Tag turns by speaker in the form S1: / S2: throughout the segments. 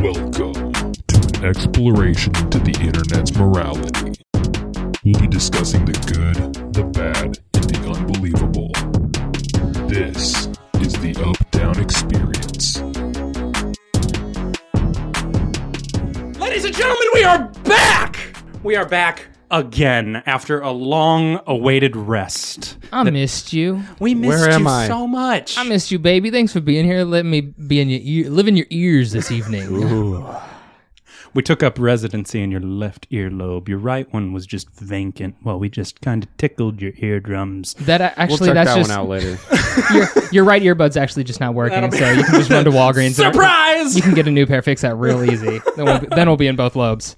S1: Welcome to an exploration into the internet's morality. We'll be discussing the good, the bad, and the unbelievable. This is the Up Down Experience.
S2: Ladies and gentlemen, we are back! We are back again after a long awaited rest.
S3: I missed you.
S2: We missed
S4: Where am
S2: you
S4: I?
S2: so much.
S3: I missed you, baby. Thanks for being here. Let me be in your ear, live in your ears this evening.
S2: we took up residency in your left earlobe. Your right one was just vacant. Well, we just kind of tickled your eardrums.
S3: That a-
S4: We'll
S3: actually,
S4: check
S3: that's
S4: that
S3: just
S4: one out later.
S3: your your right earbud's actually just not working. So you can just run to Walgreens.
S2: Surprise!
S3: You can get a new pair. Fix that real easy. Then we'll be, then we'll be in both lobes.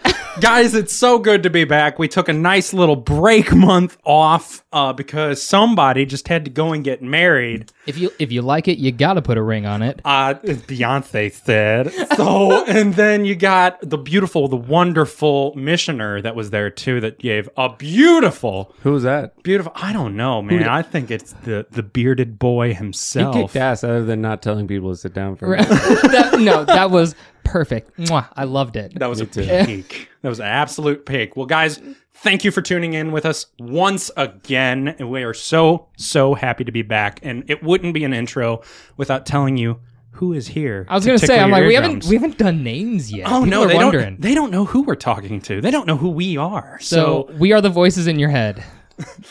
S2: Guys, it's so good to be back. We took a nice little break month off uh, because somebody just had to go and get married.
S3: If you if you like it, you gotta put a ring on it.
S2: uh Beyonce said. So and then you got the beautiful, the wonderful missioner that was there too that gave a beautiful,
S4: Who was that?
S2: beautiful I don't know, man. I think it's the the bearded boy
S4: He
S2: himself.
S4: kicked ass other than not telling people to sit down for him.
S3: That- no, that was perfect. Mwah, I loved it.
S2: That was a peak. That was an absolute peak. Well, guys, thank you for tuning in with us once again. And we are so, so happy to be back. And it wouldn't be an intro without telling you who is here.
S3: I was
S2: to
S3: gonna say,
S2: tickle
S3: I'm
S2: your
S3: like, we
S2: eardrums.
S3: haven't we haven't done names yet.
S2: Oh
S3: People
S2: no,
S3: are
S2: they
S3: wondering.
S2: don't. They don't know who we're talking to. They don't know who we are.
S3: So
S2: So,
S3: we are the voices in your head.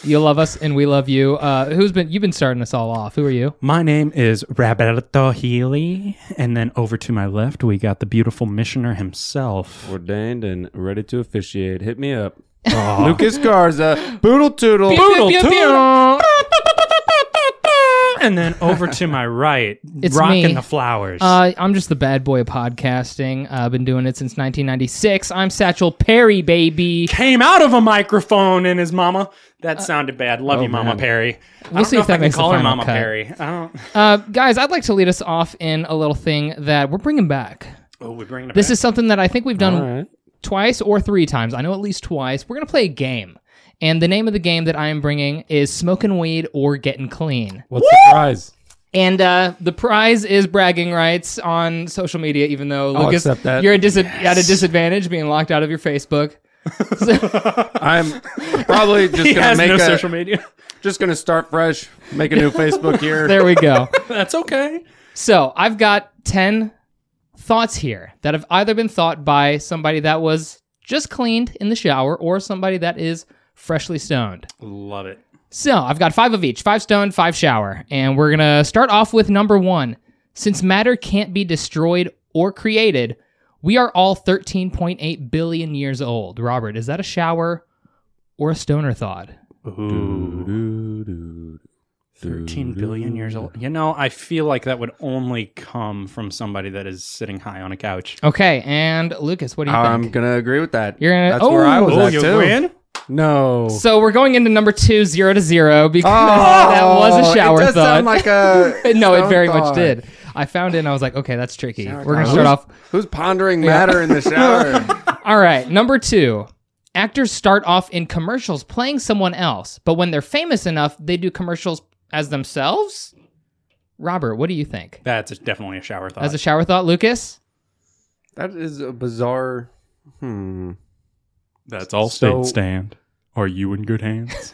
S3: You love us, and we love you. Uh, who's been you've been starting us all off? Who are you?
S2: my name is Roberto Healy, and then over to my left we got the beautiful missioner himself.
S4: Ordained and ready to officiate. Hit me up. Lucas Garza. Boodle toodle.
S2: Boodle
S3: pew, pew,
S2: toodle. And then over to my right,
S3: It's
S2: rocking
S3: me.
S2: the flowers.
S3: Uh, I'm just the bad boy of podcasting. Uh, I've been doing it since 1996. I'm Satchel Perry, baby.
S2: Came out of a microphone in his mama.
S3: Uh,
S2: That sounded bad. Love you, Mama Perry. I don't
S3: oh, see
S2: know
S3: if that
S2: I can
S3: makes the
S2: call her
S3: final
S2: Mama
S3: cut.
S2: Perry. I don't.
S3: Uh, guys, I'd like to lead us off in a little thing that we're bringing back.
S2: Oh, we bring it
S3: This
S2: back.
S3: is something that I think we've done
S4: All right.
S3: twice or three times. I know at least twice. We're gonna play a game, and the name of the game that I am bringing is smoking weed or getting clean.
S4: What's the prize?
S3: And uh, the prize is bragging rights on social media, even though Lucas,
S4: accept that.
S3: you're a dis- at a disadvantage being locked out of your Facebook.
S4: I'm probably
S2: he
S4: just gonna
S2: has
S4: make
S2: no
S4: a,
S2: social media.
S4: just gonna start fresh, make a new Facebook here.
S3: There we go.
S2: That's okay.
S3: so I've got 10 thoughts here that have either been thought by somebody that was just cleaned in the shower or somebody that is freshly stoned.
S2: Love it.
S3: So I've got five of each five stone, five shower. And we're going to start off with number one. Since matter can't be destroyed or created, we are all 13.8 billion years old. Robert, is that a shower or a stoner thought?
S2: Ooh.
S4: Doo, doo, doo,
S2: 13
S4: doo,
S2: billion
S4: doo.
S2: years old. You know, I feel like that would only come from somebody that is sitting high on a couch.
S3: Okay. And Lucas, what do you
S4: I'm
S3: think?
S4: gonna agree with that.
S3: You're gonna-
S4: That's where I was
S2: Oh,
S4: at
S2: you
S4: too.
S2: win?
S4: No.
S3: So we're going into number two, zero to zero, because that was
S4: Oh,
S3: a shower
S4: it does
S3: thought.
S4: Sound like a
S3: no, it
S4: stone
S3: very much
S4: thought.
S3: did. I found it and I was like, okay, that's tricky. We're going
S4: thought.
S3: to start off
S4: Who's pondering matter in the shower?
S3: All right, number two. Actors start off in commercials playing someone else, but when they're famous enough, they do commercials as themselves? Robert, what do you think?
S2: That's definitely a shower thought.
S3: As a shower thought, Lucas?
S4: That is a bizarre. Hmm.
S2: That's all
S4: So-
S2: state stand. Are you in good hands?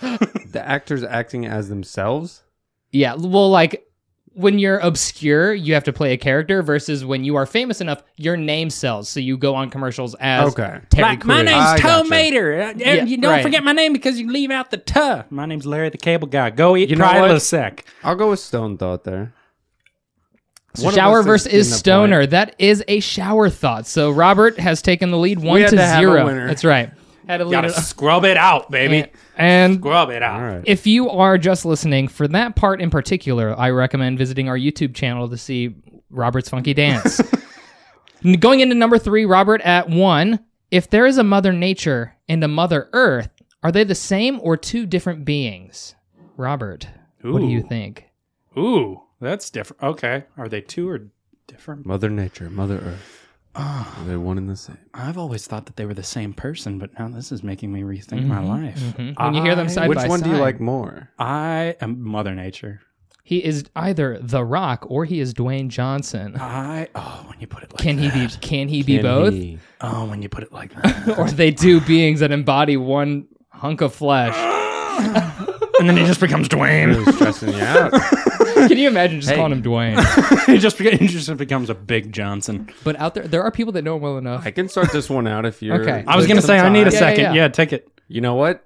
S4: The actors acting as themselves.
S3: Yeah, well, like when you're obscure, you have to play a character, versus when you are famous enough, your name sells, so you go on commercials as
S4: Okay.
S3: Terry Crews.
S4: I gotcha.
S2: Mater. Uh,
S3: Yeah, right.
S2: my name because you leave out the tuh. My name's Larry the Cable Guy. Go eat
S4: You know what?
S2: sec.
S4: I'll go with Stone Thought there.
S3: So
S4: One of
S3: shower
S4: us is
S3: versus is
S4: in the
S3: stoner. That is a shower thought. So Robert has taken the lead one
S4: had
S3: to
S4: to have a
S3: zero.
S4: winner.
S3: That's right. Had a lead.
S2: Gotta scrub it out, baby.
S3: And, and
S2: Scrub it out.
S4: All right.
S3: If you are just listening, for that part in particular, I recommend visiting our YouTube channel to see Robert's funky dance. N- Going into number three, Robert at one. If there is a Mother Nature and a Mother Earth, are they the same or two different beings? Robert, what do you
S2: Ooh.
S3: think?
S2: Ooh, that's different. Okay. Are they two or different?
S4: Mother Nature, Mother Earth.
S2: Ah.
S4: Are they one and the same?
S2: I've always thought that they were the same person, but now this is making me rethink my life.
S3: Mhm. Mm-hmm. When you hear them
S2: I-
S3: side
S4: Which
S3: by
S4: one do you
S3: side.
S4: like more?
S2: I am Mother Nature.
S3: He is either The Rock or he is Dwayne
S4: Ah,
S3: Johnson.
S2: I oh when you put it like
S3: Can he be? Can he be both?
S4: He-
S2: oh when you put it like that,
S3: Or they do beings that embody one hunk of flesh?
S2: and then he just becomes
S4: he
S2: Dwayne.
S4: was stressing you out.
S3: Can you imagine just
S4: Hey.
S3: calling him Dwayne?
S2: he just beca- he just becomes a big Johnson.
S3: But out there, there are people that know him well enough.
S4: I can start this one out if you're.
S3: Okay.
S2: I was
S3: With
S2: gonna
S3: some
S2: say I need a
S3: time. Yeah,
S2: second.
S3: yeah,
S2: Yeah,
S3: yeah.
S2: take it.
S4: You know what?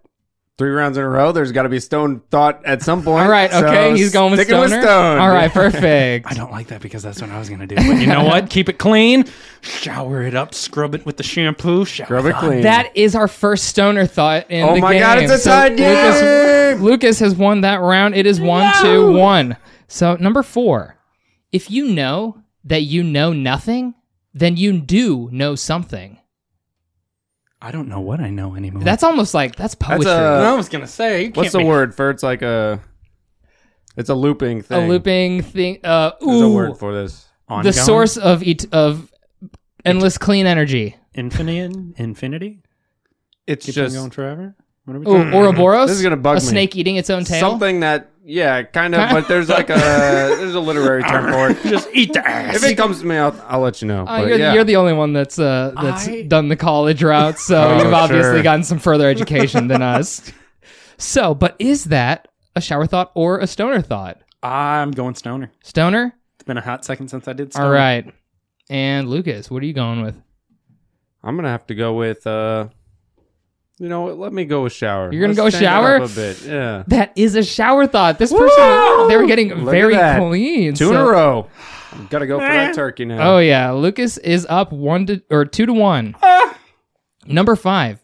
S4: Three rounds in a row. There's got to be Stone thought at some point.
S3: All right,
S4: so
S3: okay, he's going with
S4: sticking
S3: Stoner.
S4: Stone.
S3: All right, perfect.
S2: I don't like that because that's what I was gonna do. But you know what? Keep it clean. Shower it up. Scrub it with the shampoo. Shower
S4: Grub it clean.
S3: That is our first stoner thought in
S4: Oh
S3: the game.
S4: my God, it's a
S3: So
S4: tied
S3: Lucas,
S4: game!
S3: Lucas has won that round. It is one, two, one. So number four, if you know that you know nothing, then you do know something.
S2: I don't know what I know anymore.
S3: That's almost like that's poetry.
S4: a-
S2: I was gonna say. you
S4: What's
S2: can't
S4: the
S2: be-
S4: word for it's like a? It's a looping
S3: a,
S4: thing.
S3: looping thing. Uh,
S4: There's a
S3: ooh,
S4: word for this.
S3: the
S2: Ongoing?
S3: source of et- of endless clean energy.
S2: Infinity. Infinity.
S4: It's
S2: Keep on
S4: just
S2: going forever. What are we
S3: Ooh,
S2: talking about?
S3: Ouroboros.
S4: Hmm. This is gonna bug
S3: a
S4: me.
S3: snake eating its own tail.
S4: something that yeah, kind of. But there's like a there's a literary term for it.
S2: Just eat the ass.
S4: If it comes to me, I'll, I'll let you know.
S3: Uh,
S4: but
S3: you're,
S4: yeah.
S3: you're the only one that's uh, that's
S2: I-
S3: done the college route, so
S4: Oh,
S3: you've obviously
S4: sure.
S3: gotten some further education than us. So, but is that a shower thought or a stoner thought?
S2: I'm going stoner.
S3: Stoner.
S2: It's been a hot second since I did stoner.
S3: All right. And Lucas, what are you going with?
S4: I'm gonna have to go with. uh You know, what, let me go with shower.
S3: You're gonna
S4: Let's
S3: go
S4: change it
S3: shower?
S4: up a bit. Yeah,
S3: That is a shower thought. This person, they were getting
S4: Look at
S3: very
S4: that.
S3: clean.
S4: two
S3: so-
S4: in a row. Gotta go for that turkey now.
S3: Oh yeah, Lucas is up one to or two to one.
S2: Ah.
S3: Number five.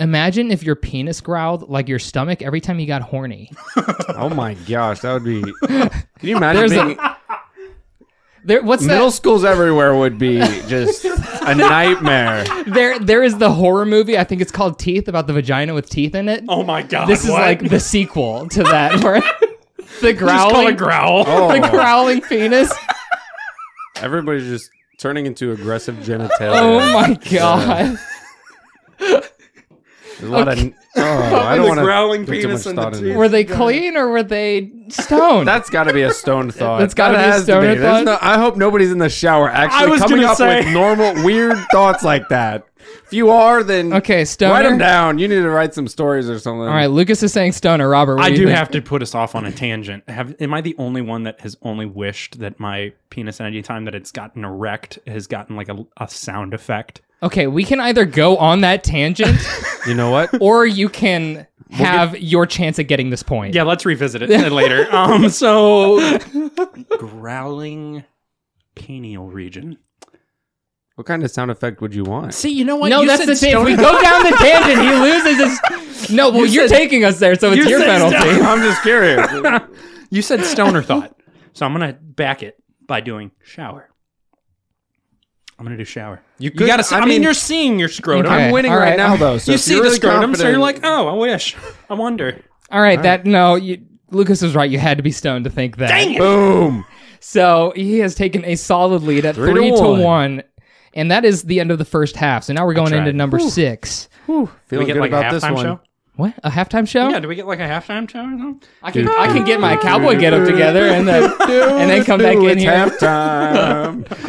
S3: Imagine if your penis growled like your stomach every time you got horny.
S4: Oh my gosh, that would be. Can you imagine?
S3: There's a-
S4: being,
S3: There, what's that?
S4: middle schools everywhere would be just a nightmare.
S3: There, there is the horror movie. I think it's called Teeth about the vagina with teeth in it.
S2: Oh my god.
S3: this is
S2: what?
S3: like the sequel to that. Where the
S2: just call it
S3: growling,
S2: growl.
S3: the
S4: Oh,
S3: growling penis.
S4: everybody's just turning into aggressive genitalia.
S3: Oh my god!
S4: There's a lot of. Oh, I
S2: the
S4: don't want
S2: growling penis and the teeth.
S3: Were they clean or were they stoned?
S4: That's got to be a stone thought.
S3: That's gotta
S4: That
S3: be a
S4: has to
S3: stoner
S4: There's
S3: thought.
S4: No, I hope nobody's in the shower actually
S2: I was
S4: coming
S2: gonna
S4: up
S2: say-
S4: with normal, weird thoughts like that. If you are, then
S3: Okay, stoner.
S4: write them down. You need to write some stories or something.
S3: All right, Lucas is saying stoner. Robert, what
S2: I
S3: you
S2: do
S3: think?
S2: have to put us off on a tangent. Have am I the only one that has only wished that my penis at any time that it's gotten erect has gotten like a, a sound effect?
S3: Okay, we can either go on that tangent
S4: You know what?
S3: or you can have your chance at getting this point.
S2: Yeah, let's revisit it later. Um, so growling pineal region.
S4: What kind of sound effect would you want?
S2: See, you know what?
S3: No,
S2: You
S3: that's
S2: said
S3: the thing. If
S2: stoner-
S3: we go down the tangent, he loses his. No, well, you are taking us there, so it's
S2: you
S3: your
S2: said
S3: penalty.
S2: stoner.
S4: I'm just curious.
S2: You said stoner thought, so I'm gonna back it by doing shower. I'm gonna do shower. You,
S4: could-
S2: gotta. See,
S4: I
S2: I, mean,
S4: mean-
S2: you're seeing your scrotum.
S3: Okay.
S4: I'm winning
S3: all
S4: right,
S3: right,
S4: now,
S3: I'm-
S4: though. So
S2: you
S4: if
S2: see
S4: you're
S2: the
S4: really
S2: scrotum, so you're
S4: confident-
S2: like, oh, I wish. I wonder.
S3: All right, that no, you, Lucas was right. You had to be stoned to think that.
S2: Dang it!
S4: boom.
S3: So he has taken a solid lead at three,
S4: to
S3: to, one.
S4: one.
S3: and that is the end of the first half. So now we're going
S2: tried.
S3: into number six.
S4: Feeling
S2: we get
S4: good
S2: like a
S4: about this
S2: halftime
S4: one.
S2: show.
S3: What a halftime show!
S2: Yeah, do we get like a halftime show or something?
S3: I can I can get my cowboy get up together and then and then come back in
S4: it's
S3: here.
S4: halftime.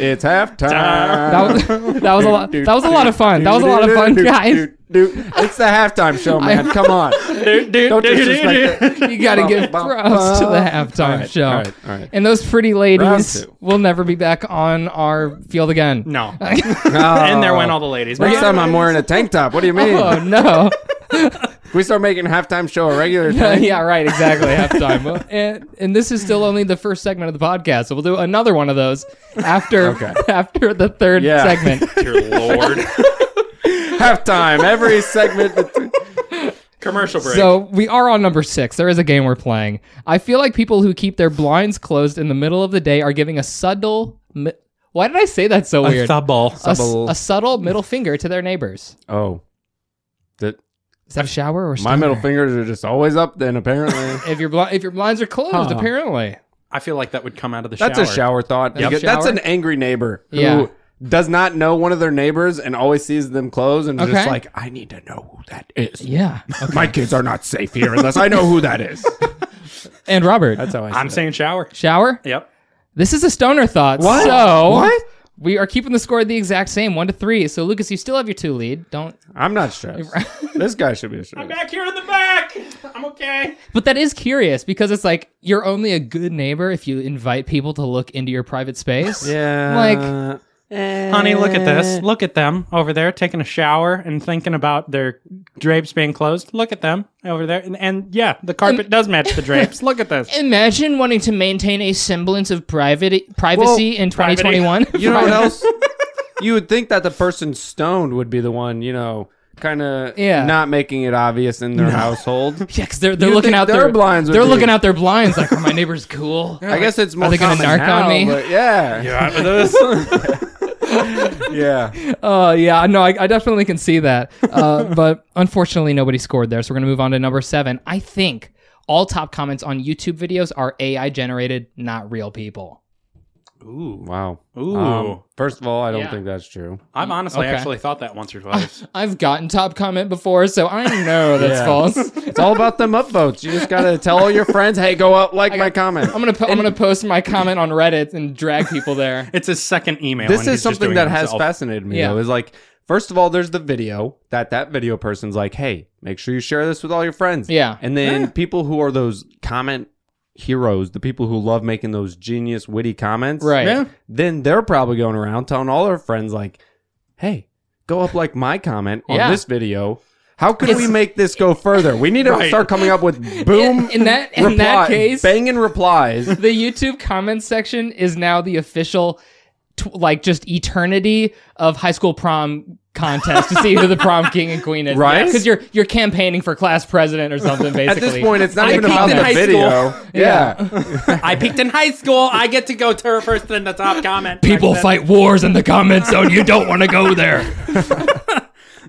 S4: it's
S3: That
S4: halftime.
S3: was, that was a lot. That was a lot of fun. That was a lot of fun, guys.
S4: It's the halftime show, man. Come on. Don't disrespect it.
S3: You got to give
S4: Bum, bum,
S3: props to the
S4: bum.
S3: halftime show.
S4: all right, all right.
S3: And those pretty ladies
S4: Round two.
S3: will never be back on our field again.
S2: No.
S4: Oh.
S2: and there went all the ladies.
S4: Next
S2: But-
S4: time I'm wearing a tank top. What do you mean?
S3: Oh no.
S4: Can we start making halftime show a regular thing?
S3: yeah, right, exactly. Halftime. Well, and, and this is still only the first segment of the podcast, so we'll do another one of those after after the third
S4: Yeah.
S3: segment.
S2: Dear lord.
S4: halftime. Every segment.
S2: Commercial break.
S3: So we are on number six. There is a game we're playing. I feel like people who keep their blinds closed in the middle of the day are giving a subtle. Mi- Why did I say that so weird?
S2: ball.
S3: A s-
S4: subtle-
S3: a subtle middle finger to their neighbors.
S4: Oh. That,
S3: Is that a shower or
S4: my
S3: stoner?
S4: middle fingers are just always up then, apparently.
S3: If your bli- if your blinds are closed,
S4: Huh.
S3: apparently.
S2: I feel like that would come out of the
S4: That's
S2: shower.
S4: a shower thought.
S3: Yep.
S4: Because That's
S3: Shower?
S4: an angry neighbor who
S3: Yeah.
S4: does not know one of their neighbors and always sees them close and is
S3: Okay.
S4: just like, I need to know who that is.
S3: Yeah.
S4: My kids are not safe here unless I know who that is.
S3: And Robert,
S4: That's how I.
S2: I'm saying shower.
S3: shower.
S2: Yep.
S3: This is a stoner thought.
S4: What?
S3: So
S4: What?
S3: We are keeping the score the exact same, one to three. So Lucas, you still have your two lead. Don't.
S4: I'm not stressed. this guy should be stressed.
S2: Back here in the back. I'm okay.
S3: But that is curious because it's like you're only a good neighbor if you invite people to look into your private space.
S4: Yeah.
S3: Like-
S2: Honey,
S4: Eh.
S2: look at this. Look at them over there taking a shower and thinking about their drapes being closed. Look at them over there. And, and yeah, the carpet does match the drapes. Look at this.
S3: Imagine wanting to maintain a semblance of private privacy in 2021.
S4: You know what else? you would think that the person stoned would be the one, you know, kind of
S3: Yeah.
S4: not making it obvious in their household.
S3: Yeah, 'cause they're, they're
S4: You'd
S3: looking
S4: think
S3: out
S4: their
S3: their
S4: blinds would
S3: They're
S4: be-
S3: looking out their blinds like, are my neighbors cool?
S4: I guess it's more
S3: they gonna
S4: common
S3: narc
S4: now,
S3: on me?
S4: but yeah. yeah.
S3: Oh yeah, no, I, I definitely can see that. Uh, but unfortunately, nobody scored there, so we're gonna move on to number seven. I think all top comments on YouTube videos are AI generated, not real people.
S2: Ooh.
S4: Wow. Um,
S2: Ooh.
S4: first of all, I don't
S3: Yeah.
S4: think that's true.
S2: I've honestly
S3: Okay.
S2: actually thought that once or twice.
S3: I've gotten top comment before, so I know that's
S4: Yeah.
S3: false.
S4: It's all about them upvotes. You just gotta tell all your friends, hey, go up, like my comment.
S3: I'm gonna po- I'm gonna post my comment on Reddit and drag people there.
S2: it's his second email.
S4: this
S2: and
S4: is
S2: he's just
S4: something
S2: doing
S4: that
S2: it
S4: has
S2: himself.
S4: fascinated me
S3: Yeah.
S4: though is like first of all there's the video that that video person's like hey make sure you share this with all your friends
S3: Yeah.
S4: and then people who are those comment heroes the people who love making those genius witty comments
S3: Right.
S2: Yeah.
S4: then they're probably going around telling all their friends like hey go up like my comment on
S3: Yeah.
S4: this video how could we make this go further we need to start coming up with boom
S3: In- in that- in that
S4: reply-
S3: case-
S4: banging replies
S3: The YouTube comments section is now the official, tw- like just eternity of high school prom contest to see who the prom king and queen is.
S4: Right?
S3: Because you're you're campaigning for class president or something. Basically,
S4: at this point it's not
S2: I
S4: even about
S2: peaked in
S4: the
S2: high
S4: video yeah.
S2: I peaked in high school. I get to go to first in the top comment.
S3: people
S2: section.
S3: fight wars in the comment zone. You don't want to go there.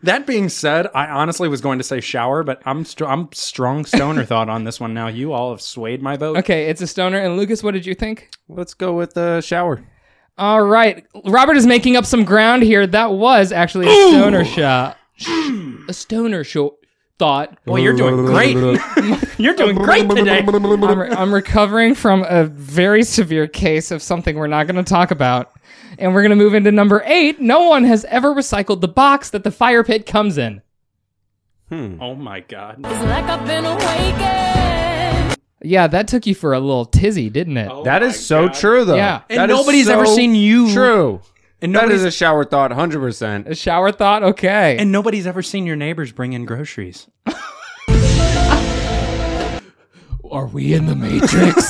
S2: That being said, I honestly was going to say shower, but I'm str- I'm strong stoner thought on this one now. You all have swayed my vote.
S3: Okay, it's a stoner. And Lucas, what did you think?
S4: Let's go with the shower.
S3: All right, Robert is making up some ground here. That was actually a stoner shot. a stoner shot thought.
S2: Well, you're doing great. you're doing great today.
S3: I'm, I'm recovering from a very severe case of something we're not going to talk about. And we're going to move into number eight. No one has ever recycled the box that the fire pit comes in.
S2: Oh my god.
S5: It's like I've been awakened.
S3: Yeah, that took you for a little tizzy, didn't it?
S2: Oh.
S4: That is so true, though.
S3: Yeah.
S2: And
S4: That is
S2: nobody's ever seen you-
S4: True.
S2: And
S4: That is
S2: nobody's
S4: a shower thought, hundred percent.
S3: A shower thought? Okay.
S2: and nobody's ever seen your neighbors bring in groceries.
S3: are we in the Matrix?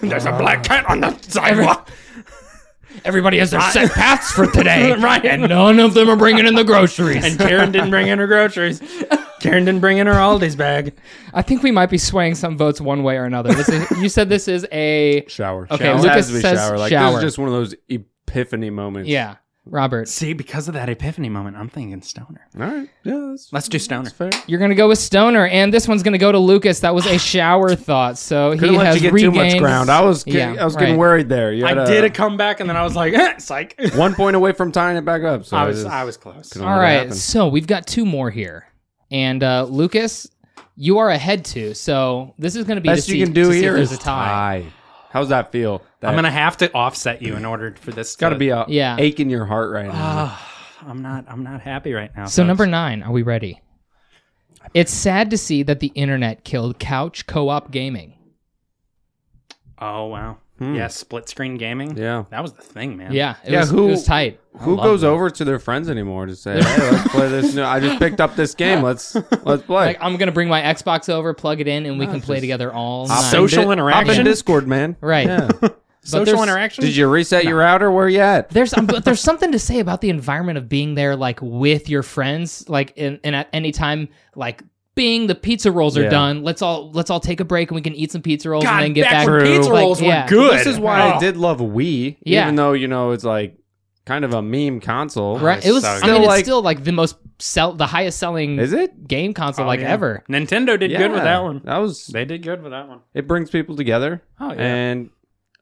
S2: There's a black cat on the sidewalk.
S3: Everybody has their set paths for today. right. And none of them are bringing in the groceries.
S2: and Karen didn't bring in her groceries. Karen didn't bring in her Aldi's bag.
S3: I think we might be swaying some votes one way or another. This is, you said this is a.
S4: Shower.
S3: Okay,
S4: Shower.
S3: Lucas
S4: Has to be
S3: says
S4: shower. Like this
S3: shower.
S4: is just one of those epiphany moments.
S3: Yeah, Robert.
S2: See, because of that epiphany moment, I'm thinking stoner.
S4: All right. Yeah. That's,
S2: Let's do stoner.
S4: that's fair.
S3: You're gonna go with Stoner, and this one's gonna go to Lucas. That was a shower thought, so he
S4: Couldn't let
S3: has
S4: you get
S3: regained.
S4: too much ground. I was. Getting,
S3: Yeah,
S4: I was getting
S3: right.
S4: worried there. You
S3: uh,
S4: had
S2: I
S4: a-
S2: did a comeback, and then I was like, eh, psych.
S4: one point away from tying it back up. So
S2: I
S4: it
S2: was
S4: is-
S2: I was close.
S4: couldn't
S3: All
S4: let it
S3: right,
S4: happen.
S3: so we've got two more here, and uh, Lucas, you are ahead two. So this is gonna be
S4: Best
S3: to
S4: you
S3: see-
S4: can do
S3: to see if
S4: here
S3: there's
S4: is
S3: a tie.
S4: tie. How's that feel? That,
S2: I'm gonna have to offset you in order for this.
S4: Got to be a
S3: Yeah.
S4: ache in your heart right now.
S2: I'm not. I'm not happy right now.
S3: So
S2: folks.
S3: number nine, are we ready? It's sad to see that the internet killed couch co-op gaming.
S2: Oh wow. Yeah, split screen gaming.
S4: Yeah.
S2: That was the thing, man.
S3: Yeah, it
S4: Yeah,
S3: was,
S4: who-
S3: it was tight.
S4: Who goes over to their friends anymore to say, "Hey, let's play this"? New- I just picked up this game. Let's let's play.
S3: Like I'm gonna bring my Xbox over, plug it in, and we can play together all night.
S2: so- Social
S4: Hop in
S2: interaction?
S4: Discord, man.
S3: Right.
S4: Yeah.
S2: Social
S3: there's-
S2: interaction.
S4: Did you reset your router? Where you at?
S3: There's um, but there's something to say about the environment of being there, like with your friends, like in, and at any time, like being the pizza rolls are
S4: Yeah.
S3: done. Let's all let's all take a break and we can eat some pizza rolls
S2: God,
S3: and then get
S2: back
S3: back.
S2: when pizza
S3: Like,
S2: rolls were
S3: yeah.
S2: good.
S4: This is why
S2: Oh.
S4: I did love Wii,
S3: Yeah.
S4: even though you know it's like kind of a meme console.
S3: Right? It was.
S2: So
S3: I
S4: good.
S3: mean,
S4: Like-
S3: it's still like the most sell, the highest selling
S4: Is it?
S3: game console
S2: Oh,
S3: like
S2: yeah.
S3: ever.
S2: Nintendo did
S4: Yeah.
S2: good with that one.
S4: That was.
S2: They did good with that one.
S4: It brings people together.
S2: Oh, yeah.
S4: And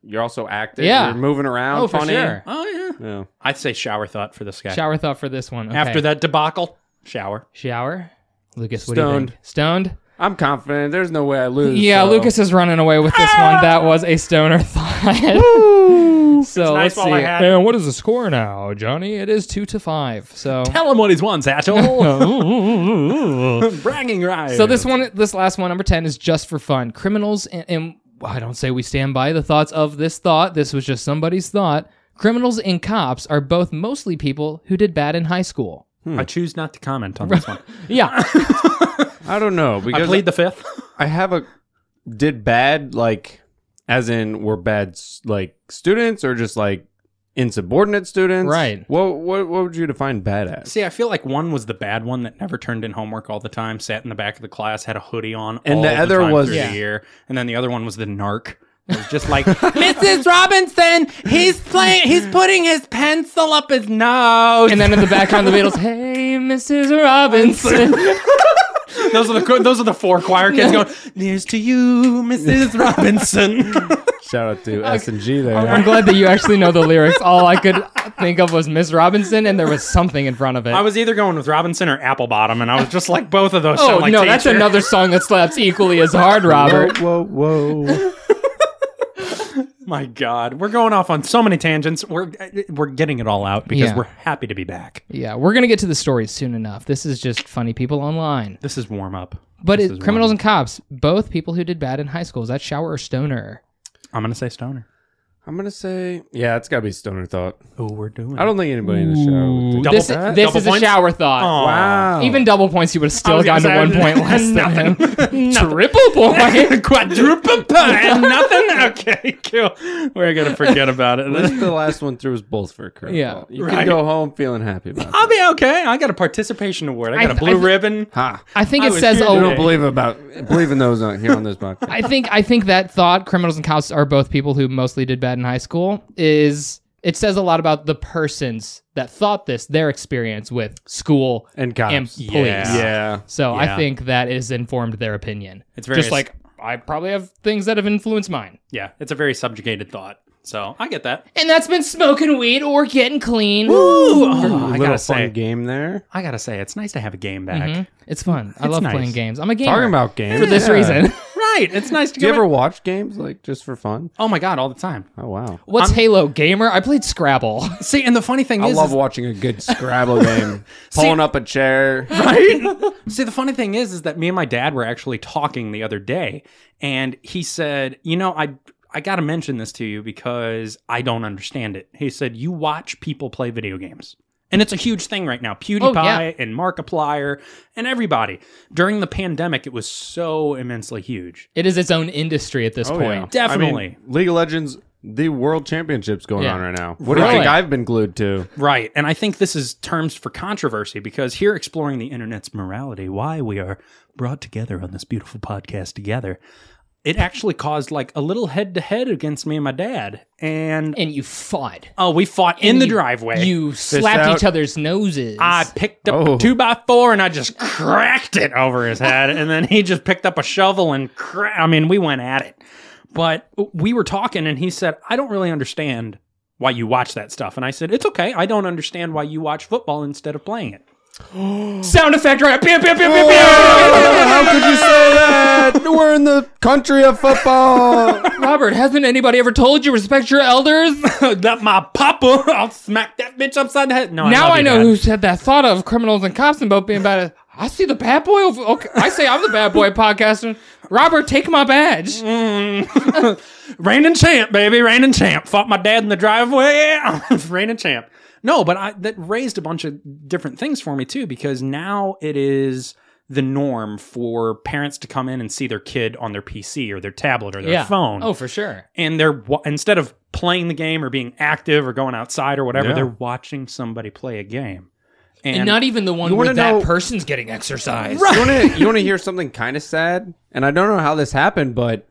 S4: You're also active.
S3: Yeah.
S4: You're moving around.
S3: Oh, for
S4: funny.
S3: sure.
S2: Oh yeah.
S4: Yeah.
S2: I'd say shower thought for this guy.
S3: Shower thought for this one. Okay.
S2: After that debacle, shower.
S3: shower. Lucas, what
S4: Stoned.
S3: do you think? Stoned.
S4: I'm confident. There's no way I lose.
S3: Yeah,
S4: so-
S3: Lucas is running away with this one. That was a stoner thought. so
S2: nice
S3: let's
S2: while
S3: see.
S2: I had it.
S3: And what is the score now, Johnny? It is two to five. So
S2: Tell him what he's won, Satchel. Bragging rights.
S3: So this one, this last one, number ten, is just for fun. Criminals and, and well, I don't say we stand by the thoughts of this thought. This was just somebody's thought. Criminals and cops are both mostly people who did bad in high school.
S2: I choose not to comment on this one.
S3: Yeah,
S4: I don't know
S2: I
S4: because
S2: plead the fifth.
S4: I have a did bad like as in were bad s- like students or just like insubordinate students.
S3: Right.
S4: What what what would you define bad as?
S2: See, I feel like one was the bad one that never turned in homework all the time, sat in the back of the class, had a hoodie on,
S4: And
S2: all
S4: the other
S2: time
S4: was-
S2: through
S4: Yeah.
S2: the year, and then the other one was the narc. It was just like Mrs. Robinson, he's playing, he's putting his pencil up his nose.
S3: and then in the background, the Beatles, "Hey, Mrs. Robinson."
S2: those are the co- those are the four choir kids going. Here's to you, Mrs. Robinson.
S4: Shout out to S and G there.
S3: I'm glad that you actually know the lyrics. All I could think of was Miss Robinson, and there was something in front of it.
S2: I was either going with Robinson or Applebottom, and I was just like both of those.
S3: oh
S2: sound like
S3: no, that's
S2: teacher.
S3: another song that slaps equally as hard, Robert.
S4: Whoa, whoa, whoa.
S2: My God, we're going off on so many tangents. We're we're getting it all out because
S3: Yeah.
S2: we're happy to be back.
S3: Yeah, we're gonna get to the stories soon enough. This is just funny people online.
S2: This is warm up.
S3: But
S2: This
S3: it,
S2: is
S3: criminals
S2: warm
S3: and cops, both people who did bad in high school. Is that shower or stoner?
S2: up. I'm gonna say Stoner.
S4: I'm gonna say yeah, it's gotta be stoner thought.
S2: Oh, we're doing.
S4: I don't think anybody in the show would think
S2: Double
S3: this
S2: that?
S3: this
S2: Double
S3: is
S2: points? Oh.
S3: a shower thought.
S4: Wow.
S3: Even double points, you would have
S2: I
S3: still
S2: was gonna
S3: gotten to
S2: say,
S3: one point less than him. Triple point.
S2: quadruple pun. Nothing. Okay, cool. We're gonna forget about it.
S4: At least the last one through was both for a curveball.
S3: Yeah.
S4: you
S2: Right.
S4: can go home feeling happy about. it.
S2: I'll be okay. I got a participation award. I got a
S3: I-
S2: blue
S3: I th-
S2: ribbon.
S4: Ha!
S3: I think
S2: I
S3: it
S2: was
S3: says
S2: here
S4: I
S2: today.
S3: oh.
S4: don't believe about believe in those on, here on this podcast.
S3: I think I think that thought criminals and cops are both people who mostly did bad in high school is it says a lot about the persons that thought this their experience with school
S4: and cops.
S3: and police.
S2: Yeah.
S4: yeah.
S3: So
S2: Yeah.
S3: I think that is informed their opinion.
S2: It's
S3: It's
S2: very
S3: just like I probably have things that have influenced mine.
S2: Yeah, it's a very subjugated thought. So I get that.
S3: And that's been smoking weed or getting clean.
S2: Ooh,
S4: A
S2: oh, I
S4: little
S2: gotta
S4: fun
S2: say, Mm-hmm.
S4: game there.
S2: I gotta say, it's nice to have a game back.
S3: Mhm. It's fun. I love
S2: nice.
S3: playing games. I'm a gamer.
S4: Talking about games
S3: for this
S4: yeah.
S3: reason.
S2: Right, it's nice to
S4: Do you
S2: go
S4: ever
S2: in-
S4: watch games like just for fun?
S2: Oh my god, all the time.
S4: Oh wow.
S3: What's Halo gamer? I played Scrabble.
S2: See, and the funny thing
S4: I
S2: is,
S4: love
S2: is-
S4: watching a good Scrabble game. Pulling up a chair.
S2: right? See, the funny thing is, is that me and my dad were actually talking the other day, and he said, "You know, I I got to mention this to you because I don't understand it." He said, "You watch people play video games." And it's a huge thing right now. PewDiePie and Markiplier and everybody. During the pandemic, it was so immensely huge.
S3: It is its own industry at this
S2: Oh,
S3: point.
S2: Definitely.
S4: Oh, I mean, League of Legends, the World Championships going
S3: Yeah.
S4: on right now. What do
S3: Really?
S4: you think I've been glued to?
S2: Right. And I think this is terms for controversy because here exploring the internet's morality, why we are brought together on this beautiful podcast together, it actually caused like a little head to head against me and my dad. And
S3: And you fought.
S2: oh, we fought in
S3: And
S2: the
S3: you-
S2: driveway. Ah,
S3: You slapped
S4: out.
S3: each other's noses.
S2: I picked up
S4: Oh.
S2: a two by four and I just cracked it over his head. and then he just picked up a shovel and cra- I mean, we went at it. But we were talking and he said, I don't really understand why you watch that stuff. And I said, It's okay. I don't understand why you watch football instead of playing it.
S3: Sound effect right. Pew, pew, pew, pew, pew.
S4: Oh, How could you say that? We're in the country of football.
S3: Robert, hasn't anybody ever told you respect your elders?
S2: that my papa, I'll smack that bitch upside the head. No,
S3: now
S2: love
S3: I
S2: you,
S3: know
S2: Dad.
S3: who said that thought of criminals and cops and both being bad. I see the bad boy. Over, okay, I say I'm the bad boy podcaster. Robert, take my badge.
S2: reigning champ, baby, reigning champ. Fought my dad in the driveway, reigning champ. No, but I, that raised a bunch of different things for me too, because now it is the norm for parents to come in and see their kid on their PC or their tablet or their phone.
S3: Oh, for sure.
S2: and they're wa- instead of playing the game or being active or going outside or whatever,
S4: Yeah.
S2: they're watching somebody play a game.
S3: And, not even the one
S4: You
S3: where
S4: wanna
S3: that
S4: know-
S3: person's getting exercise.
S4: You want to you want to hear something kind of sad? And I don't know how this happened, but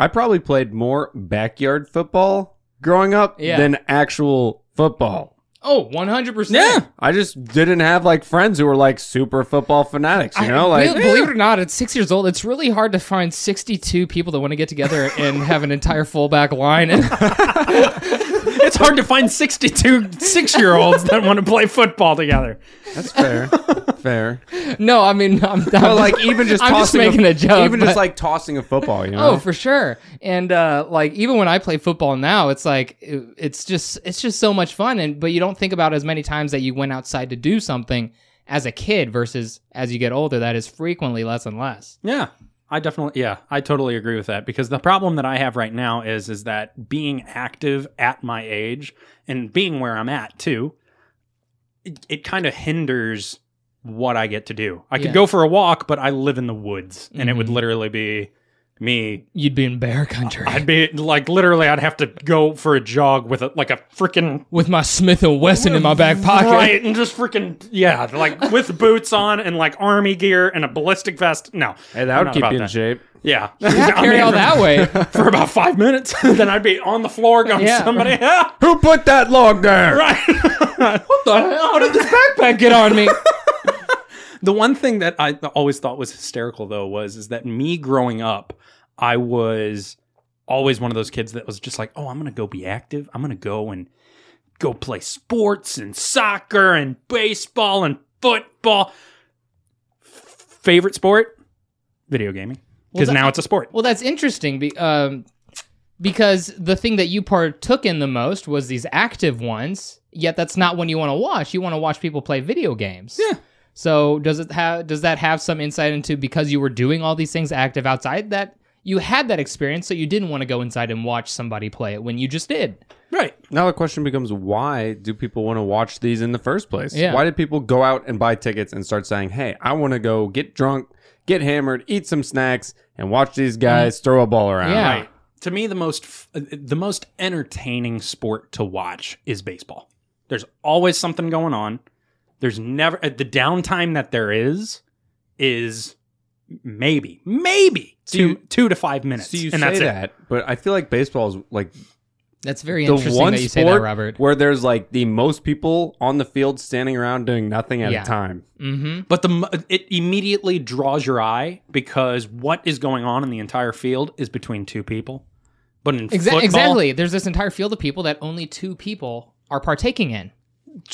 S4: I probably played more backyard football growing up
S3: Yeah.
S4: than actual football.
S3: Oh, 100%.
S6: Yeah.
S4: I just didn't have like friends who were like super football fanatics, you know?
S3: I-
S4: Like
S3: be- believe it or not, at six years old, it's really hard to find 62 people that want to get together and have an entire fullback line. And e
S2: It's hard to find 62 six year olds that want to play football together.
S4: that's fair. fair.
S3: no, I mean, I'm, I'm
S4: But like even just
S3: I'm just
S4: tossing
S3: making a joke,
S4: Even just
S3: but-
S4: like tossing a football, you know?
S3: Oh, for sure. And uh, like even when I play football now, it's like it- it's just it's just so much fun. And but you don't think about as many times that you went outside to do something as a kid versus as you get older. That is frequently less and less.
S2: Yeah. I definitely yeah, I totally agree with that because the problem that I have right now is is that being active at my age and being where I'm at too, it, it kind of hinders what I get to do. I could
S3: Yeah.
S2: go for a walk, but I live in the woods and it would
S3: Mhm.
S2: literally be me
S3: You'd be in bear country
S2: I'd be like literally I'd have to go for a jog with a like a freaking
S3: with my Smith and Wesson in my back pocket.
S2: Right, and just freaking yeah, like with boots on and like army gear and a ballistic vest. No,
S4: Hey,
S2: I'm
S4: that would
S2: not
S4: keep
S2: about
S4: you in
S2: that.
S4: shape.
S2: Yeah,
S3: I'd
S2: I
S3: carry
S2: mean,
S3: all that way.
S2: for about five minutes. then I'd be on the floor going,
S3: Yeah.
S2: somebody,
S4: Who put that log there?
S2: right? what the hell?
S3: How did this backpack get on me?
S2: The one thing that I always thought was hysterical though was is that me growing up, I was always one of those kids that was just like, "Oh, I'm going to go be active. I'm going to go and go play sports and soccer and baseball and football." Favorite sport? Video gaming. Because
S3: that-
S2: now it's a sport.
S3: Well, that's interesting be, um, because the thing that you partook in the most was these active ones. Yet that's not one you want to watch. You want to watch people play video games. Yeah. So does it have? Does that have some insight into because you were doing all these things active outside that you had that experience, so you didn't want to go inside and watch somebody play it when you just did?
S2: Right.
S4: Now the question becomes why do people want to watch these in the first place?
S3: Yeah.
S4: Why did people go out and buy tickets and start saying, "Hey, I want to go get drunk, get hammered, eat some snacks and watch these guys throw a ball around."
S3: Mm. Yeah.
S2: Right. To me, the most f- uh, the most entertaining sport to watch is baseball. There's always something going on. There's never uh, the downtime that there is is maybe maybe two
S4: you-
S2: two to five minutes,
S4: So you
S2: and
S4: say
S2: that's it.
S4: that, but I feel like baseball is like
S3: That's very
S4: the
S3: interesting
S4: one
S3: that you say
S4: sport
S3: that, Robert.
S4: where there's like the most people on the field standing around doing nothing at
S3: Yeah.
S4: a time.
S3: Mm-hmm.
S2: But the mo- it immediately draws your eye because what is going on in the entire field is between two people. But in football,
S3: exactly. There's this entire field of people that only two people are partaking in.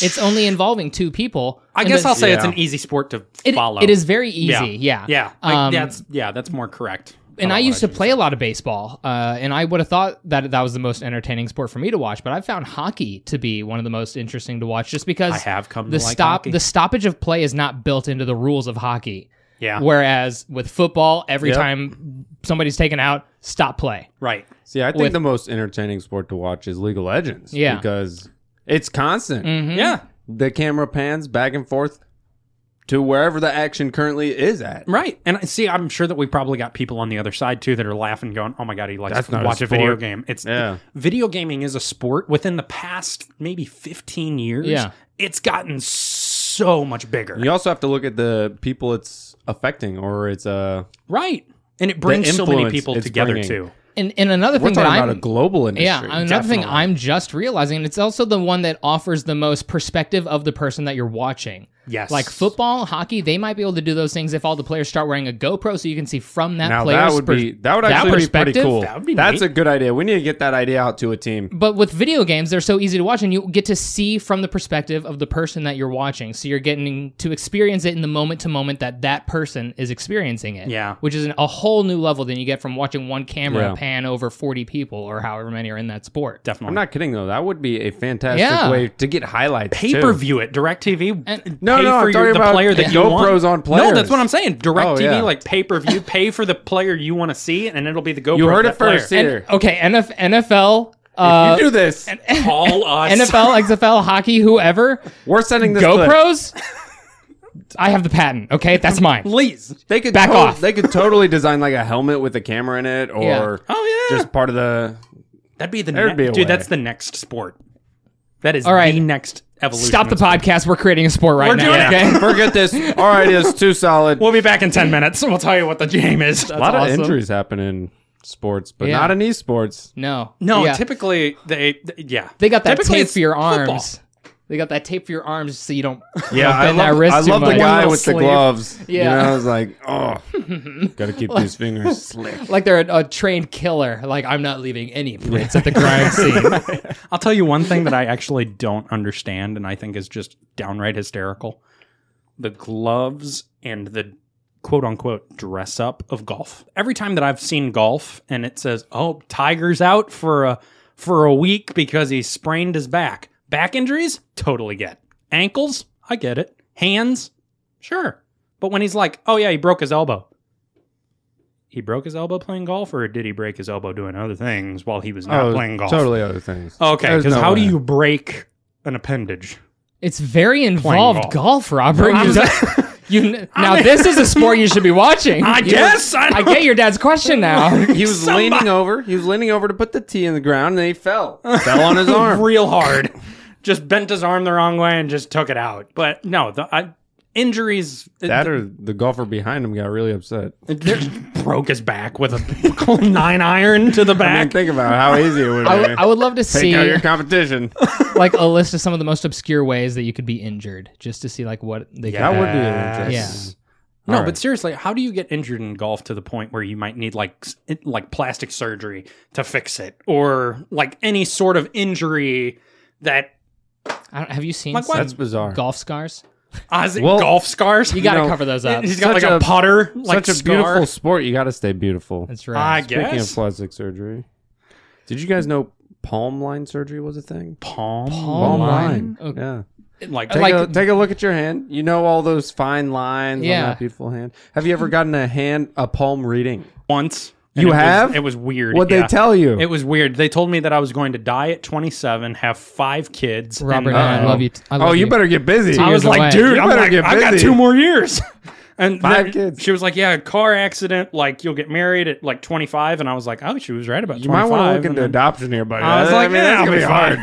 S3: It's only involving two people.
S2: I
S3: and
S2: guess
S3: the-
S2: I'll say it's
S4: Yeah.
S2: an easy sport to
S3: It-
S2: follow.
S3: It is very easy. Yeah.
S2: Yeah, I-
S3: Um,
S2: that's yeah, that's more correct.
S3: and
S2: about
S3: I
S2: what
S3: used to
S2: do.
S3: play a lot of baseball, uh, and I would have thought that that was the most entertaining sport for me to watch. But I found hockey to be one of the most interesting to watch, just because
S2: I have come
S3: the
S2: to like
S3: stop
S2: hockey.
S3: the stoppage of play is not built into the rules of hockey.
S2: yeah,
S3: Whereas with football, every
S4: Yep.
S3: time somebody's taken out, stop play.
S2: right.
S4: See, I think
S3: With-
S4: the most entertaining sport to watch is League of Legends.
S3: Yeah.
S4: Because it's constant.
S3: Mhm.
S2: Yeah,
S4: The camera pans back and forth to wherever the action currently is at.
S2: right. And I see, I'm sure that we probably got people on the other side too that are laughing, going, "Oh my god, he likes
S4: That's
S2: to
S4: not a
S2: watch a, video
S4: sport."
S2: game." It's
S4: Yeah.
S2: video gaming is a sport. Within the past maybe 15 years,
S3: Yeah.
S2: it's gotten so much bigger.
S4: You also have to look at the people it's affecting or it's uh
S2: Right, and it brings so many
S4: influence
S2: people
S4: it's
S2: together
S4: bringing.
S2: too.
S3: And and another
S4: we're
S3: thing
S4: talking
S3: that
S4: about
S3: I'm
S4: a global industry.
S3: yeah, another thing
S2: definitely.
S3: I'm just realizing, and it's also the one that offers the most perspective of the person that you're watching.
S2: Yes,
S3: Like football, hockey, they might be able to do those things if all the players start wearing a GoPro so you can see from that
S4: now
S3: player's
S4: that would
S3: per-
S4: be that would actually be pretty
S3: perspective.
S4: cool.
S2: That would be
S4: That's
S2: neat.
S4: a good idea. We need to get that idea out to a team.
S3: But with video games, they're so easy to watch and you get to see from the perspective of the person that you're watching. So you're getting to experience it in the moment to moment that that person is experiencing it.
S2: Yeah.
S3: Which is an, a whole new level than you get from watching one camera
S4: Yeah.
S3: pan over 40 people or however many are in that sport.
S2: definitely.
S4: I'm not kidding though. That would be a fantastic
S3: Yeah.
S4: way to get highlights. too.
S2: Pay per view it. DirecTV.
S3: And-
S4: No,
S2: pay
S4: no,
S2: for
S4: I'm
S2: your,
S4: talking
S2: the
S4: about
S2: player that
S4: the
S2: you want.
S4: GoPros on
S2: No, that's
S4: players. Oh,
S2: what I'm saying. DirecTV,
S4: yeah.
S2: like pay per view, pay for the player you want to see, and it'll be the GoPro.
S4: You heard
S2: of that
S4: it
S2: player.
S4: first
S3: And-
S4: here.
S3: okay, NF, NFL. Uh,
S4: you do this.
S2: Call us.
S3: NFL, XFL, hockey, whoever.
S4: We're sending this clip.
S3: GoPros? I have the patent, okay? That's mine.
S2: please.
S4: They could
S3: Back
S4: tot-
S3: off.
S4: They could totally design like a helmet with a camera in it, or
S3: Yeah.
S2: Oh yeah,
S4: just part of the.
S2: that'd be the
S4: There'd
S2: ne-
S4: be a
S2: dude.
S4: way.
S2: That's the next sport. That is
S3: All right.
S2: the next evolution.
S3: Stop the
S2: of sport.
S3: podcast. We're creating a sport right
S2: We're
S3: now,
S2: doing it.
S3: okay?
S4: Forget this. Our idea is too solid.
S2: We'll be back in ten minutes. and We'll tell you what the game is.
S4: a lot
S3: awesome.
S4: of injuries happen in sports, but
S3: Yeah.
S4: not in esports.
S3: No.
S2: No,
S3: Yeah.
S2: typically they, th- yeah,
S3: They got that
S2: Typically
S3: tape
S2: it's
S3: for your
S2: football.
S3: arms. They got that tape for your arms so you don't.
S4: Yeah, I
S3: bend that
S4: love,
S3: wrist
S4: I
S3: too
S4: love the
S3: much.
S4: guy
S3: One
S4: with the
S3: little
S4: gloves. Yeah,
S3: Yeah.
S4: I was like, oh, gotta keep these fingers slick.
S3: Like they're a, a trained killer. Like I'm not leaving any prints at the crime scene.
S2: I'll tell you one thing that I actually don't understand and I think is just downright hysterical. The gloves and the quote unquote dress up of golf. Every time that I've seen golf and it says, "Oh, Tiger's out for a for a week because he sprained his back." Back injuries? Totally get. Ankles? I get it. Hands? Sure. But when he's like, "Oh yeah, he broke his elbow." He broke his elbow playing golf or did he break his elbow doing other things while he was not
S4: Oh,
S2: playing golf?
S4: Totally other things.
S2: Oh, Okay,
S4: There's
S2: because
S4: no
S2: how do
S4: way.
S2: you break an appendage?
S3: It's very involved
S2: golf.
S3: golf, Robert.
S2: I'm
S3: You-
S2: just-
S3: you kn- now this is a sport you should be watching.
S2: I
S3: You-
S2: guess I
S3: I get your dad's question now.
S4: He was leaning over. He was leaning over to put the tea in the ground, and he fell. fell on his arm.
S2: real hard. just bent his arm the wrong way and just took it out. But no, the I, injuries
S4: That or the golfer behind him got really upset.
S2: they broke his back with a nine iron to the
S4: I mean,
S2: back.
S4: think about how easy it would be.
S3: I would- I would love to
S4: Take out
S3: see
S4: your competition.
S3: like a list of some of the most obscure ways that you could be injured, just to see like what they.
S4: That
S3: could-
S4: would be an interesting.
S2: No,
S4: All right.
S2: but seriously, how do you get injured in golf to the point where you might need like s- it- like plastic surgery to fix it, or like any sort of injury that
S3: I don't, have you seen
S2: Like what?
S4: That's
S3: some
S4: bizarre.
S3: golf scars?
S2: has
S4: Well,
S2: golf scars?
S3: You got to
S4: know,
S3: cover those up.
S2: He's got
S4: Such
S2: like a,
S4: a-
S2: putter, like
S4: Such a
S2: scar.
S4: beautiful sport. You got to stay beautiful.
S3: That's
S2: I
S3: right.
S4: Speaking
S2: guess.
S4: of plastic surgery, did you guys know palm line surgery was a thing?
S2: palm,
S3: Palm line? Okay.
S4: Yeah.
S2: like
S4: Take,
S3: Like-
S4: a, take a look at your hand. You know all those fine lines
S3: Yeah.
S4: on that beautiful hand. Have you ever gotten a hand a palm reading?
S2: once. and
S4: You
S2: it was-
S4: have?
S2: it was weird.
S4: What'd they
S2: yeah.
S4: tell you?
S2: It was weird. They told me that I was going to die at 27, have five kids. and- uh,
S3: Robert, I
S4: Uh-oh.
S3: love you. T- I love
S4: oh, you, better get busy.
S2: I was
S3: years
S2: like,
S3: away.
S2: dude,
S4: You
S2: I'm
S4: better
S2: like,
S4: get
S2: I got
S4: busy.
S2: two more years. And then
S4: Five kids.
S2: She was like, yeah, car accident. Like you'll get married at like 25, and I was like, oh, she was right about
S4: you
S2: 25.
S4: might want to look
S2: and
S4: into
S2: then-
S4: adoption here, buddy.
S2: I was like,
S4: mean, that's
S2: yeah,
S4: gonna
S2: it'll be hard.